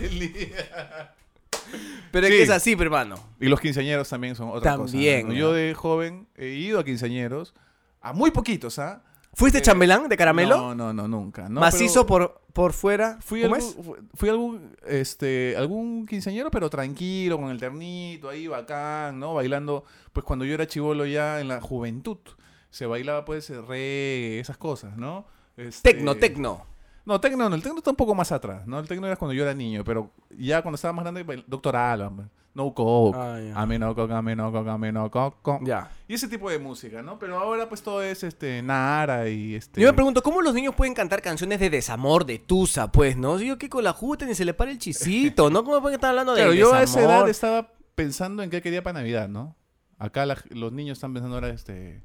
es
Sí.
que es así, pe, hermano.
Y los quinceañeros también son otra
También,
cosa. ¿no?
¿no?
Yo de joven he ido a quinceañeros, a muy poquitos, ¿ah?
¿Fuiste chambelán de caramelo?
No, no, no, nunca. No,
Macizo
pero-
por, por fuera.
Fui
¿Cómo
algún,
es?
fu- fui algún, este, algún quinceañero, pero tranquilo, con el ternito ahí, bacán, ¿no? Bailando, pues cuando yo era chivolo ya en la juventud, se bailaba pues el reggae, esas cosas, ¿no? Este,
Tecno, tecno.
No, tecno, no, el tecno está un poco más atrás, ¿no? El tecno era cuando yo era niño, pero ya cuando estaba más grande, bail- Doctor Alan, pues, No Coke,
Ah, ya.
Ame No Coke, Ame No Coke, Ame No Coke.
Ya.
Y ese tipo de música, ¿no? Pero ahora pues todo es, este, Nara y este...
Yo me pregunto, ¿cómo los niños pueden cantar canciones de desamor, de tusa, pues, no? Yo que con la juta ni se le para el chisito, ¿no? ¿Cómo pueden estar hablando de
Claro, yo a esa edad
desamor?
estaba pensando en qué quería para Navidad, ¿no? Acá la- los niños están pensando ahora, este,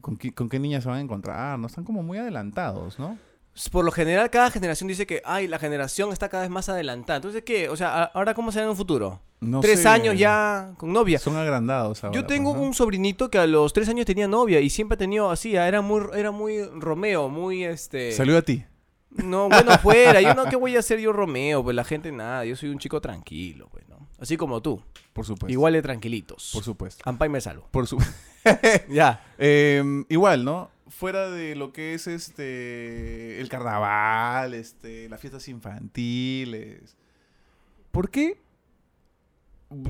¿con qué, con qué niñas se van a encontrar, ¿no? Están como muy adelantados, ¿no?
pues, Por lo general, cada generación dice que, ay, la generación está cada vez más adelantada. Entonces, ¿qué? O sea, ¿a- ¿ahora cómo será en un futuro?
No
Tres
sé.
años ya con novia.
Son agrandados ahora.
Yo tengo
pues, ¿no?
un sobrinito que a los tres años tenía novia y siempre ha tenido así, ah, era muy, era muy Romeo, muy este...
Saludo a ti.
No, bueno, fuera. Yo no, ¿qué voy a hacer yo, Romeo? Pues la gente nada. Yo soy un chico tranquilo, pues, ¿no? Así como tú.
Por supuesto.
Igual de tranquilitos.
Pues, Por supuesto.
Ampay me salvo.
Por supuesto.
Ya.
Eh, igual, ¿no? Fuera de lo que es este el carnaval, este, las fiestas infantiles. ¿Por qué?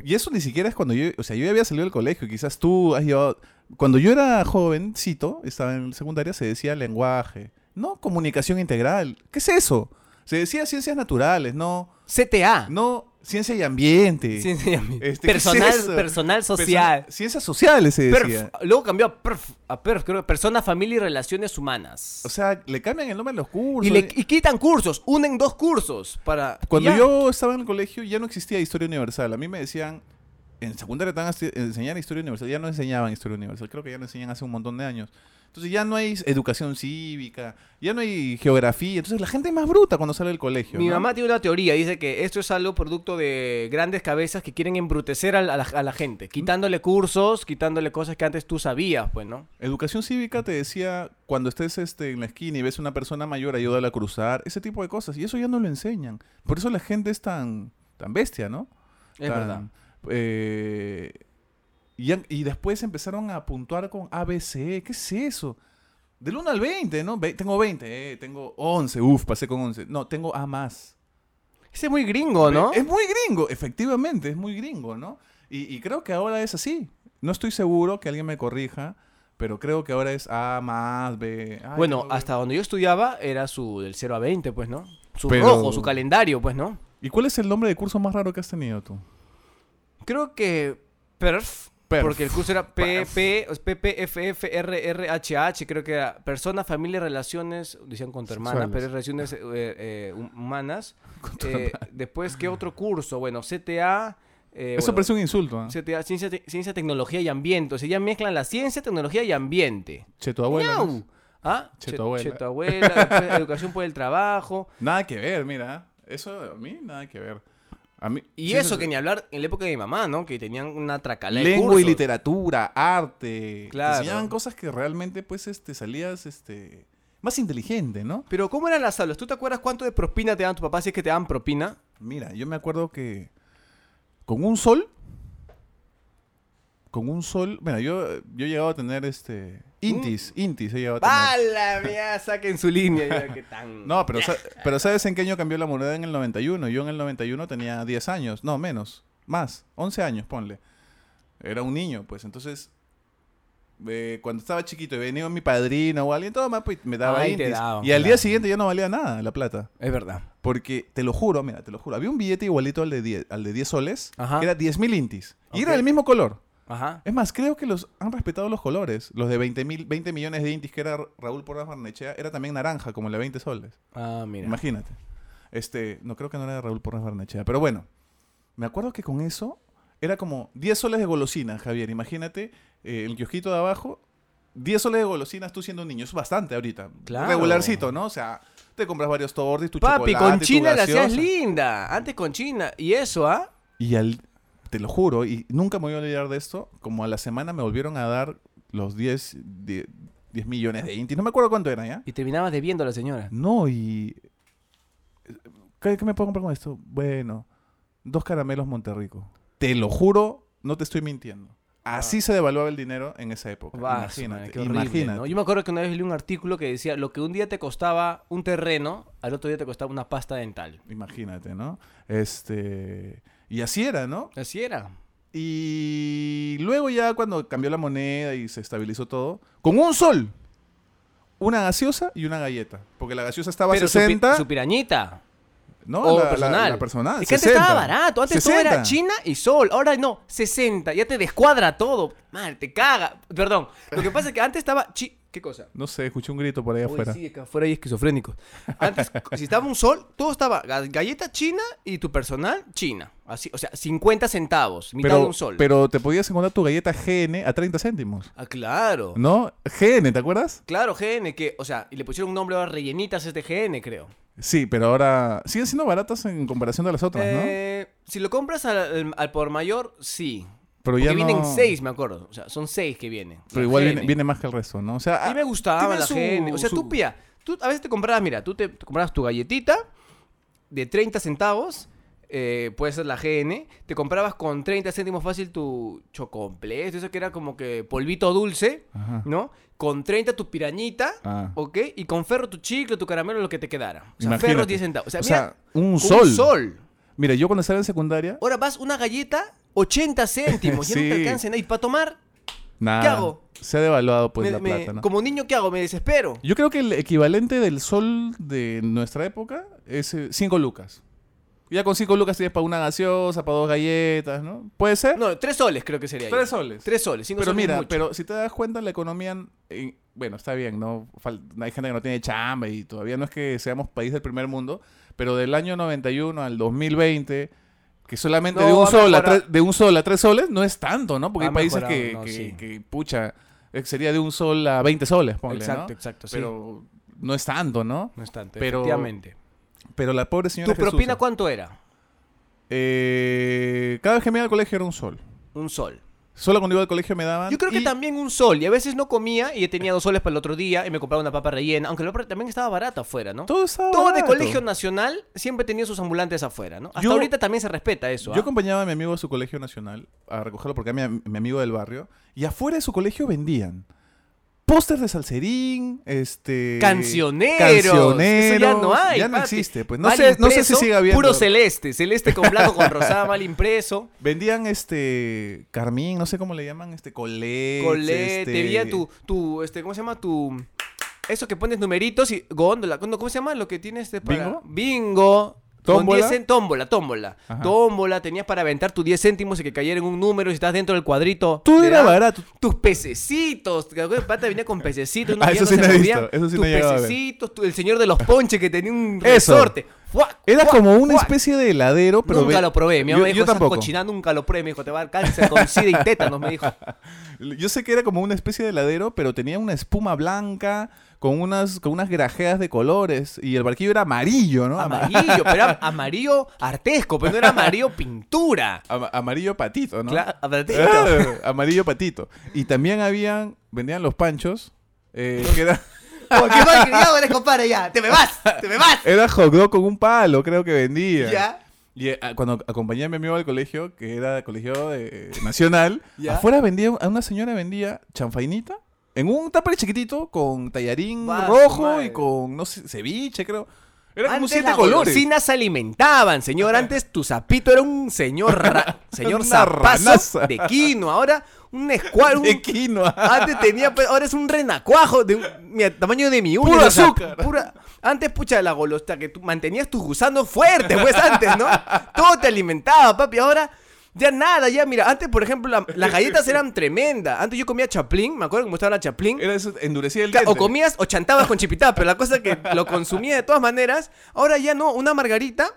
Y eso ni siquiera es cuando yo, o sea, yo ya había salido del colegio, quizás tú has llevado cuando yo era jovencito, estaba en secundaria se decía lenguaje, no comunicación integral. ¿Qué es eso? Se decía ciencias naturales, no,
CTA.
no ciencia y ambiente.
Sí, sí, amigo.
Este, ¿qué es
personal,
eso?
personal
Persona-
social.
ciencias sociales se
Perf.
decía.
Luego cambió a perf, a perf, creo. Persona, familia y relaciones humanas.
O sea, le cambian el nombre a los cursos.
y, le, y quitan cursos. Unen dos cursos para...
Cuando
ya.
yo estaba en el colegio ya no existía historia universal. A mí me decían, en secundaria te van a esti- enseñar historia universal. Ya no enseñaban historia universal. Creo que ya no enseñan hace un montón de años. Entonces ya no hay educación cívica, ya no hay geografía. Entonces la gente es más bruta cuando sale del colegio.
Mi
¿no?
mamá tiene una teoría, dice que esto es algo producto de grandes cabezas que quieren embrutecer al- a la, a la gente, quitándole cursos, quitándole cosas que antes tú sabías, pues, ¿no?
Educación cívica te decía, cuando estés este, en la esquina y ves a una persona mayor, ayúdala a cruzar. Ese tipo de cosas. Y eso ya no lo enseñan. Por eso la gente es tan, tan bestia, ¿no?
Es
Tan,
verdad.
eh, y, han- y después empezaron a puntuar con ABC. ¿Qué es eso? Del 1 al 20, ¿no? Ve- tengo 20, eh, tengo 11. Uf, pasé con 11. No, tengo A más.
Ese es muy gringo, ¿no?
Es muy gringo, efectivamente, es muy gringo, ¿no? Y, y creo que ahora es así. No estoy seguro que alguien me corrija, pero creo que ahora es A más B. Ay,
bueno,
tengo B.
hasta donde yo estudiaba era su del 0 a 20, pues, ¿no? Su
Pero-
rojo, su calendario, pues, ¿no?
¿Y cuál es el nombre de curso más raro que has tenido tú?
Eh, Creo que perf,
Perf.
porque el curso era PP, PPFFRRHH, creo que era persona, familia, relaciones, decían con tu hermana,
Sexuales.
pero es relaciones eh, eh, hum- humanas.
Con tu
Eh,
hermana.
después, ¿qué otro curso? Bueno, CTA. eh,
Eso
bueno,
parece un insulto. ¿ah?
CTA, ciencia, te- ciencia, tecnología y ambiente. O sea, ya mezclan la ciencia, tecnología y ambiente.
Che, tu abuela. ¿no?
¡Miau! ¿Ah?
Che
Che-
tu abuela.
che tu abuela, después educación por el trabajo.
Nada que ver, mira. Eso a mí nada que ver. A mí,
Y
sí,
eso que ni hablar en la época de mi mamá, ¿no? Que tenían una tracalada de
Lengua y
cursos.
literatura, arte.
Claro.
Te enseñaban cosas que realmente, pues, este, salías, este... Más inteligente, ¿no?
Pero ¿cómo eran las aulas? ¿Tú te acuerdas cuánto de propina te dan tu papá si es que te dan propina?
Mira, yo me acuerdo que... Con un sol... con un sol. Bueno, yo, yo he llegado a tener este. Intis, intis he llegado a tener.
¡Pala! Mía, saquen su línea. ya, qué tan...
No, pero, sa- pero ¿sabes en qué año cambió la moneda en el 91? Yo en el 91 tenía 10 años, no, menos, más, 11 años, ponle. Era un niño, pues entonces, eh, cuando estaba chiquito y venía mi padrino o alguien, toma, pues me daba
Ahí te
intis.
daban,
y al
claro.
día siguiente ya no valía nada la plata.
Es verdad.
Porque, te lo juro, mira, te lo juro, había un billete igualito al de 10, al de 10 soles,
Ajá.
que era 10.000 intis. Y
Ok.
era del mismo color.
Ajá.
Es más, creo que los han respetado los colores. Los de 20, 20 millones de intis que era Ra- Raúl Porras Barnechea era también naranja, como la de 20 soles.
Ah, mira.
Imagínate. Este, no creo que no era de Raúl Porras Barnechea, pero bueno. Me acuerdo que con eso era como 10 soles de golosinas, Javier. Imagínate eh, el kiosquito de abajo, 10 soles de golosinas tú siendo un niño. Es bastante ahorita.
Claro.
Regularcito, ¿no? O sea, te compras varios tortis, tu
Papi,
chocolate,
con
tu
China la hacías
gaseosa.
linda. Antes con China. Y eso, ¿ah?
Y al, te lo juro, y nunca me voy a olvidar de esto, como a la semana me volvieron a dar los 10, 10, 10 millones de intis. No me acuerdo cuánto eran, ¿ya?
Y terminabas debiendo a la señora.
No, y... ¿Qué, qué me puedo comprar con esto? Bueno, dos caramelos Monterrico. Te lo juro, no te estoy mintiendo. Así se devaluaba el dinero en esa época.
Ah. Vas, madre,
imagínate,
qué horrible,
imagínate.
¿no? Yo me acuerdo que una vez leí un artículo que decía lo que un día te costaba un terreno, al otro día te costaba una pasta dental.
Imagínate, ¿no? Este... Y así era, ¿no?
Así era.
Y luego ya cuando cambió la moneda y se estabilizó todo, con un sol, una gaseosa y una galleta. Porque la gaseosa estaba a
Pero su pi-
60.
su pirañita.
no,
o
Oh, la- la-
personal.
La, personal.
Es que antes
60.
estaba barato. Antes todo era
60.
China y Sol. Ahora no, 60. Ya te descuadra todo. Madre, te caga. Perdón. Lo que pasa es que antes estaba... chi- ¿Qué cosa?
No sé, escuché un grito por ahí
Uy,
afuera.
sí, acá afuera hay esquizofrénicos. Antes, si estaba un sol, todo estaba ga- galleta china y tu personal china. Así, o sea, 50 centavos, mitad de
Pero,
un sol.
pero te podías encontrar tu galleta GN a 30 céntimos.
Ah, claro.
¿No? GN, ¿te acuerdas?
Claro, GN, que, o sea, y le pusieron un nombre ahora rellenitas a este GN, creo.
Sí, pero ahora siguen siendo baratas en comparación de las otras, ¿no?
Eh, si lo compras al, al- al por mayor, sí.
Pero
Porque
ya
vienen
no-
seis, me acuerdo. O sea, son seis que vienen.
Pero
La
igual viene,
GN.
viene más que el resto, ¿no? O sea, ah,
A mí me gustaba
tiene
la
su-
GN. O sea,
su-
tú, pía, tú a veces te comprabas, mira, tú te, te comprabas tu galletita de 30 centavos, eh, puede ser la GN, te comprabas con 30 céntimos fácil tu chocompleto, eso que era como que polvito dulce,
Ajá.
¿no? Con 30 tu pirañita,
Ah.
¿ok? Y con ferro tu chicle, tu caramelo, lo que te quedara. O sea,
Imagínate.
ferro 10 centavos. O sea,
O
mira,
sea, un sol.
Un sol.
Mira, yo cuando estaba en secundaria...
Ahora vas una galleta, 80 céntimos, ya no
Sí.
te alcanza nada. Y para tomar,
Nada.
¿Qué hago?
Se ha devaluado pues
me-
la
me-
plata, ¿no?
como niño, ¿qué hago? Me desespero.
Yo creo que el equivalente del sol de nuestra época es 5 lucas. Ya con 5 lucas tienes para una gaseosa, para dos galletas, ¿no? ¿Puede ser?
No, tres soles creo que sería.
Tres
ya.
soles.
Tres soles, cinco
pero
soles es
mira,
mucho.
pero si te das cuenta, la economía... eh, bueno, está bien, ¿no? Fal- hay gente que no tiene chamba y todavía no es que seamos país del primer mundo, pero del año 91 al 2020, que solamente
No,
de, un
ha
sol a
mejorado.
tres- de un sol a tres soles no es tanto, ¿no? Porque
Ha
hay países
mejorado,
que,
no,
que-
sí.
que, pucha, eh, sería de un sol a 20 soles, ponle, ¿no?
Exacto, exacto, sí.
Pero no es tanto, ¿no?
No es tanto,
Pero-
efectivamente.
Pero la pobre señora
¿Tu
Jesusa,
propina cuánto era?
eh, cada vez que me iba al colegio era un sol.
Un sol.
Solo cuando iba al colegio me daban...
Yo creo que
y-
también un sol. Y a veces no comía y tenía dos soles para el otro día y me compraba una papa rellena. Aunque la papa también estaba barata afuera, ¿no?
Todo estaba
Todo de
barato.
colegio nacional siempre tenía sus ambulantes afuera, ¿no? Hasta
Yo-
ahorita también se respeta eso.
Yo
¿ah?
acompañaba a mi amigo a su colegio nacional a recogerlo porque era mi, mi amigo del barrio. Y afuera de su colegio vendían pósters de Salserín, este...
Cancioneros.
Cancioneros.
Eso ya no hay.
Ya no
papi.
existe, pues. No,
Mal
sé, no sé si
impreso,
sigue habiendo.
Puro celeste. Celeste con blanco, con rosada, mal impreso.
Vendían este... Carmín, no sé cómo le llaman, este... Colete.
Colé,
este,
te veía tu, tu, este, ¿cómo se llama? Tu, eso que pones numeritos y góndola, no, ¿cómo se llama? Lo que tienes este para...
¿Bingo?
Bingo. Con
¿Tómbola?
10 cen- tómbola, tómbola.
Ajá.
Tómbola, tenías para aventar tus 10 céntimos y que cayera en un número y si estás dentro del cuadrito.
Todo
te
era
dan
barato.
Tus pececitos. ¿te acuerdas? El pata venía con pececitos. unos
Ah,
que ya
eso
no
sí
se
no he
movían.
visto, eso sí
tus
no he llegado a ver.
pececitos, tu- el señor de los ponches que tenía un
Eso.
resorte. ¡Fuac!
Era
¡Fuac!
como una
¡Fuac!
especie de heladero, pero...
Nunca
ve-
lo probé. Mi mamá
yo,
me dijo,
yo
"Esa
tampoco.
cochinada nunca lo probé. Me dijo, te va a dar cáncer con sida y tétanos, me dijo.
Yo sé que era como una especie de heladero, pero tenía una espuma blanca con unas, con unas grajeas de colores. Y el barquillo era amarillo, ¿no? Ama-
Ah, Amarillo, pero era amarillo artesco, pero no era amarillo pintura.
ama- amarillo patito, ¿no?
Claro, artesco.
Ah, amarillo patito. Y también habían, vendían los panchos, eh, que era,
Porque mal criado eres, compadre, ya. Te me vas, te me vas.
era hot dog con un palo, creo que vendía.
Ya.
Y eh, a- cuando acompañé a mi amigo al colegio, que era colegio eh, nacional,
Ya.
afuera vendía, a una señora vendía chanfainita en un tupper chiquitito con tallarín
Va, su
rojo
madre.
y con, no sé, ceviche, creo. Era como
Antes
siete
las
colores.
golosinas se alimentaban, señor. Antes tu sapito era un señor ra- señor
Una
zapazo
ranaza.
de quino. Ahora un escuadro.
De quinoa.
Antes tenía, pues, ahora es un renacuajo de un- mira, tamaño de mi uña.
Puro
o sea,
azúcar.
pura- antes, pucha, la golosita que tú mantenías tus gusanos fuertes, pues antes, ¿no? Todo te alimentaba, papi. Ahora ya nada, ya mira. Antes, por ejemplo, la- las galletas eran tremendas. Antes yo comía chaplín, me acuerdo que me gustaba la chaplín.
Era eso, endurecía el
Ca-
diente.
O comías o chantabas con chipitá, pero la cosa que lo consumía de todas maneras. Ahora ya no, una margarita.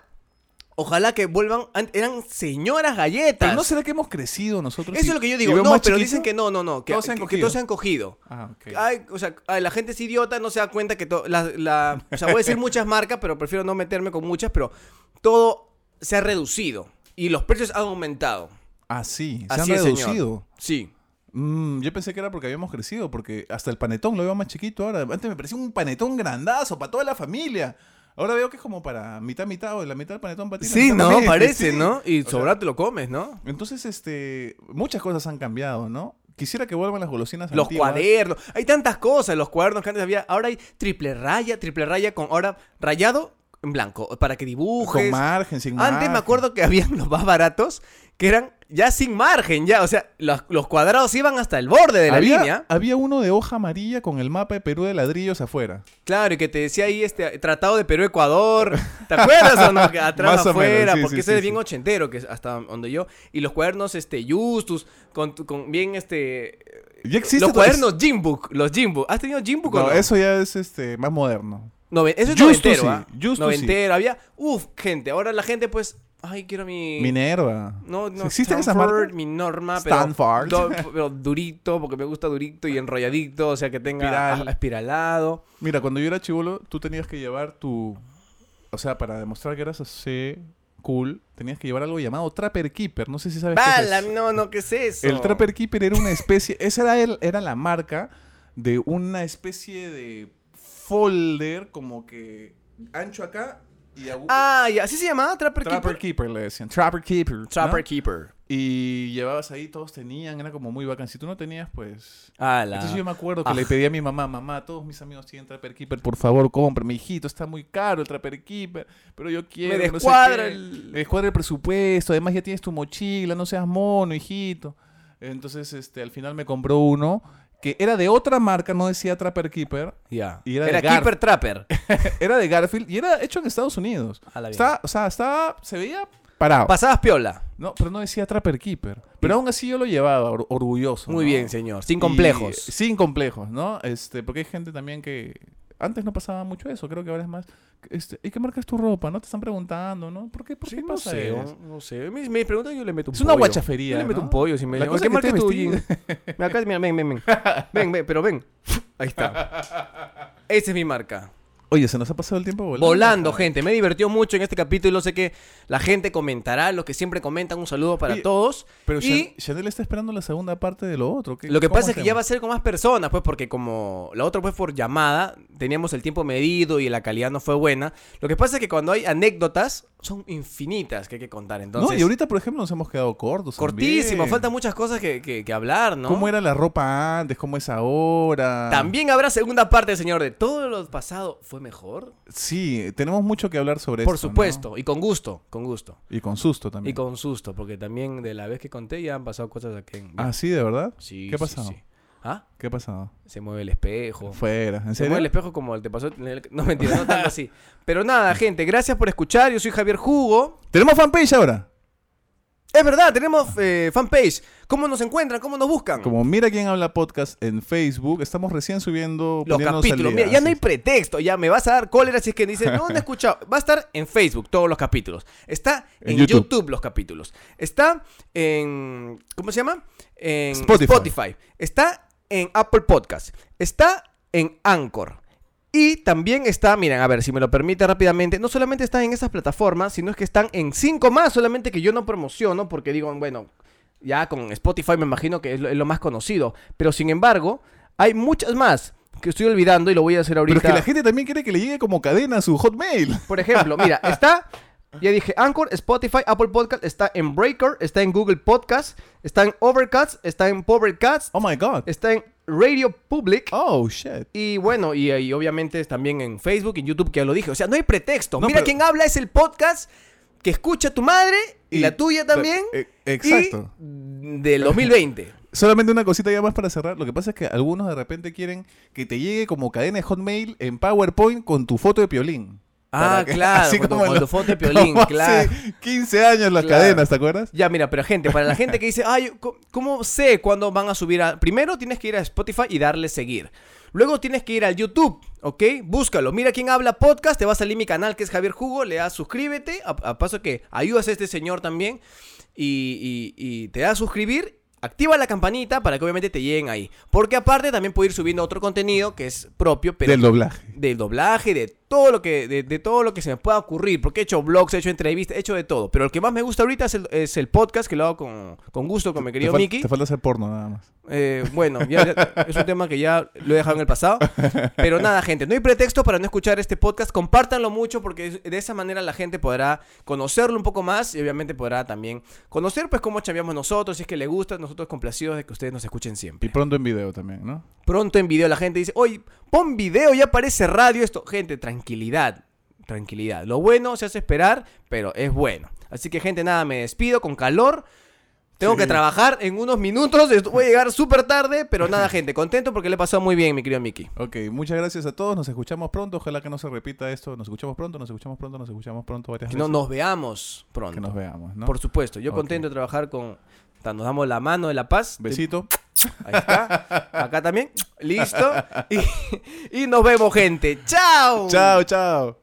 Ojalá que vuelvan. an- Eran señoras galletas.
Pero no será que hemos crecido nosotros.
Eso es lo que yo digo. No, pero dicen que no, no, no. Que
todos se han
que- que
cogido.
todos se han cogido.
Ah, ok.
Ay, o sea, ay, la gente es idiota, no se da cuenta que todo. La, la- o sea, voy a decir muchas marcas, pero prefiero no meterme con muchas, pero todo se ha reducido. Y los precios han aumentado.
Ah, sí. Se
Así
han
es, señor.
reducido.
Sí.
Mm, yo pensé que era porque habíamos crecido, porque hasta el panetón lo veo más chiquito ahora. Antes me parecía un panetón grandazo para toda la familia. Ahora veo que es como para mitad, mitad, o la mitad del panetón para ti. la
Sí,
mitad
¿no?
para mí.
Parece,
Sí.
¿no? Y
O sea,
sobrado te lo comes, ¿no?
entonces, este, muchas cosas han cambiado, ¿no? Quisiera que vuelvan las golosinas
Los
antiguas.
cuadernos, hay tantas cosas, los cuadernos que antes había, ahora hay triple raya, triple raya con ahora rayado en blanco, para que dibujes.
Con margen, sin margen.
antes me acuerdo que habían los más baratos que eran ya sin margen, ya, o sea, los, los cuadrados iban hasta el borde de la
había,
línea.
Había uno de hoja amarilla con el mapa de Perú de ladrillos afuera.
Claro, y que te decía ahí este Tratado de Perú Ecuador, ¿te acuerdas o no? Que atrás
Más o
afuera,
menos, sí,
porque
sí,
ese
sí,
es bien
sí.
ochentero, que es hasta donde yo y los cuadernos este Justus con, tu- con bien este
Ya existe
los
todo eso.
cuadernos Jimbook, los Jimbook. ¿Has tenido Jimbook o
No,
no?
eso ya es este más moderno.
Noven- eso es
Justo
noventero,
sí,
¿ah?
justo
noventero, había... Uf, gente, ahora la gente pues... Ay, quiero mi...
Minerva.
no, no,
¿Existen esas
Stanford,
marcas?
Mi norma,
Stanford.
pero... do- pero durito, porque me gusta durito y enrolladito, o sea, que tenga
Espiral.
a- espiralado.
Mira, cuando yo era chivolo, tú tenías que llevar tu. O sea, para demostrar que eras así cool, tenías que llevar algo llamado Trapper Keeper. No sé si sabes qué
¡Bala!
Este es. eso.
No, no, ¿qué es eso?
El Trapper Keeper era una especie. Esa era, el- era la marca de una especie de folder como que ancho acá y agu-
Ah, ya. ¿Así se llamaba? ¿Trapper, Keeper?
Trapper Keeper le decían. Trapper Keeper. ¿no?
Trapper Keeper.
Y llevabas ahí, todos tenían, era como muy bacán. Si tú no tenías, pues. Entonces yo
¡Hala!
me acuerdo que
Ah.
le pedí a mi mamá, mamá, todos mis amigos tienen Trapper Keeper, por favor, compra. Mi hijito, está muy caro el Trapper Keeper, pero yo quiero. que no sé
descuadra
qué".
el-
Me descuadra el presupuesto, además ya tienes tu mochila, no seas mono, hijito. Entonces, este, al final me compró uno que era de otra marca, no decía Trapper Keeper,
Ya.
Y era de
Era
Gar-
Keeper Trapper.
era de Garfield y era hecho en Estados Unidos.
A la bien.
Estaba- o sea, estaba, se veía parado.
Pasabas piola.
No, pero no decía Trapper Keeper. Pero aún así yo lo llevaba or- orgulloso.
Muy
¿no?
bien, señor. Sin
Y- eh,
complejos.
sin complejos, ¿no? Este, porque hay gente también que antes no pasaba mucho eso, creo que ahora es más este, ¿y qué marca es tu ropa? No te están preguntando, ¿no? ¿Por qué por
Sí,
qué
no
pasa
sé,
eso?
no sé. Me, me preguntan y yo le meto un
Es una
pollo.
guachafería,
Yo le meto
¿no?
un pollo si me
La
dicen,
cosa
¿qué
es que
marca
estés
es tu
vestido.
jean? Ven acá, mira, ven, ven, ven. Ven, ven, pero ven. Ahí está. Esa es mi marca.
Oye, se nos ha pasado el tiempo volando. Ah.
Volando,
¿sabes?
gente. Me divirtió mucho en este capítulo. Sé que la gente comentará, los que siempre comentan, un saludo para
Oye,
todos.
Pero
y
Chan- Chanel está esperando la segunda parte de lo otro. ¿Qué-
lo que
cómo
pasa es que ya va a
hacemos?
ser con más personas, pues, porque como la otra fue por llamada, teníamos el tiempo medido y la calidad no fue buena. Lo que pasa es que cuando hay anécdotas, son infinitas que hay que contar. Entonces,
No, y ahorita, por ejemplo, nos hemos quedado cortos.
Cortísimo,
también.
faltan muchas cosas que, que- que hablar, ¿no?
¿Cómo era la ropa antes? ¿Cómo es ahora?
También habrá segunda parte, señor, de todo lo pasado fue mejor.
Sí, tenemos mucho que hablar sobre
Por
esto, ¿no?
supuesto, y con gusto, con gusto.
Y con susto también.
Y con susto, porque también de la vez que conté ya han pasado cosas aquí. en-
Ah, sí, de verdad.
Sí,
¿Qué ha
sí,
pasado?
sí. ¿Ah?
¿Qué ha pasado?
Se mueve el espejo.
Fuera. ¿En
Se
serio?
mueve el espejo como te pasó. en el- No, mentira, no tanto así. Pero nada, gente, gracias por escuchar. Yo soy Javier Jugo.
Tenemos fanpage ahora.
Es verdad, tenemos eh, fanpage. ¿Cómo nos encuentran? ¿Cómo nos buscan?
Como mira quién habla podcast en Facebook, estamos recién subiendo
los
poniéndonos al
capítulos.
día,
Mira, ya no hay
así
pretexto, ya me vas a dar cólera si es que dices, no, no he escuchado. Va a estar en Facebook todos los capítulos. Está en,
En
YouTube.
YouTube.
los capítulos. Está en, ¿cómo se llama? En
Spotify.
Está en Apple Podcast. Está en Anchor. Y también está, miren, a ver, si me lo permite rápidamente, no solamente están en esas plataformas, sino es que están en cinco más, solamente que yo no promociono porque digo, bueno, ya con Spotify me imagino que es lo, es lo más conocido, pero sin embargo, hay muchas más que estoy olvidando y lo voy a hacer
Pero
ahorita.
es que la gente también quiere que le llegue como cadena a su hotmail.
Por ejemplo, mira, está
Ya dije Anchor, Spotify, Apple Podcast, está en Breaker, está en Google Podcast, está en Overcast, está en Povercast,
Oh my god.
está en Radio Public.
Oh shit.
Y bueno, y, y obviamente es también en Facebook y en YouTube, que ya lo dije. O sea, no hay pretexto.
No,
Mira
pero-
quién habla es el podcast que escucha tu madre y,
Y-
la tuya
pero-
también.
e- exacto.
y del 2020.
Solamente una cosita ya más para cerrar. Lo que pasa es que algunos de repente quieren que te llegue como cadena de hotmail en PowerPoint con tu foto de piolín.
Ah,
Para que-
claro, con tu-
en
con
los-
tu foto de Piolín,
como hace
claro.
15 años las
Claro.
cadenas, ¿te acuerdas?
Ya, mira, pero gente, para la gente que
Que dice, ay, co- ¿cómo sé cuándo van a subir a...? Primero tienes que ir a Spotify y darle seguir.
Luego tienes que ir al YouTube, ¿ok? Búscalo. Mira quién habla podcast. Te vas a salir mi canal que es Javier Jugo. Le das suscríbete. A, a paso que ayudas a este señor también. Y, y- y te das suscribir. Activa la campanita para que obviamente te lleguen ahí. Porque aparte también puedo ir subiendo otro contenido que es propio, pero
Del doblaje.
del doblaje, de todo lo que, de, de todo lo que se me pueda ocurrir, porque he hecho blogs, he hecho entrevistas, he hecho de todo. Pero el que más me gusta ahorita es el, es el podcast que lo hago con, con gusto con mi
Te,
querido
fal-
Mickey.
te falta hacer porno nada más.
Eh, bueno, ya- ya- es un tema que ya lo he dejado en el pasado. Pero nada, gente, no hay pretexto para no escuchar este podcast. Compártanlo mucho porque es- de esa manera la gente podrá conocerlo un poco más y obviamente podrá también conocer pues cómo chambeamos nosotros. Si es que le gusta, nosotros complacidos de que ustedes nos escuchen
Y
siempre.
pronto en video también, ¿no?
Pronto en video la gente dice, oye, pon video, ya parece radio esto. Gente, tranquilidad, tranquilidad. Lo bueno se hace esperar, pero es bueno. Así que gente, nada, me despido con calor. Tengo que trabajar en unos minutos, est- voy a llegar súper tarde, pero nada, gente, contento porque le he pasado muy bien, mi querido Mickey.
Ok, muchas gracias a todos. Nos escuchamos pronto. Ojalá que no se repita esto. Nos escuchamos pronto, nos escuchamos pronto, nos escuchamos pronto varias
Que no,
veces.
nos veamos pronto.
Que nos veamos, ¿no?
Por supuesto, yo
Ok.
contento de trabajar con... ta, Nos damos la mano de la paz.
Besito.
Ahí está. Acá también. Listo. Y, y nos vemos, gente. ¡Chao!
Chao, chao.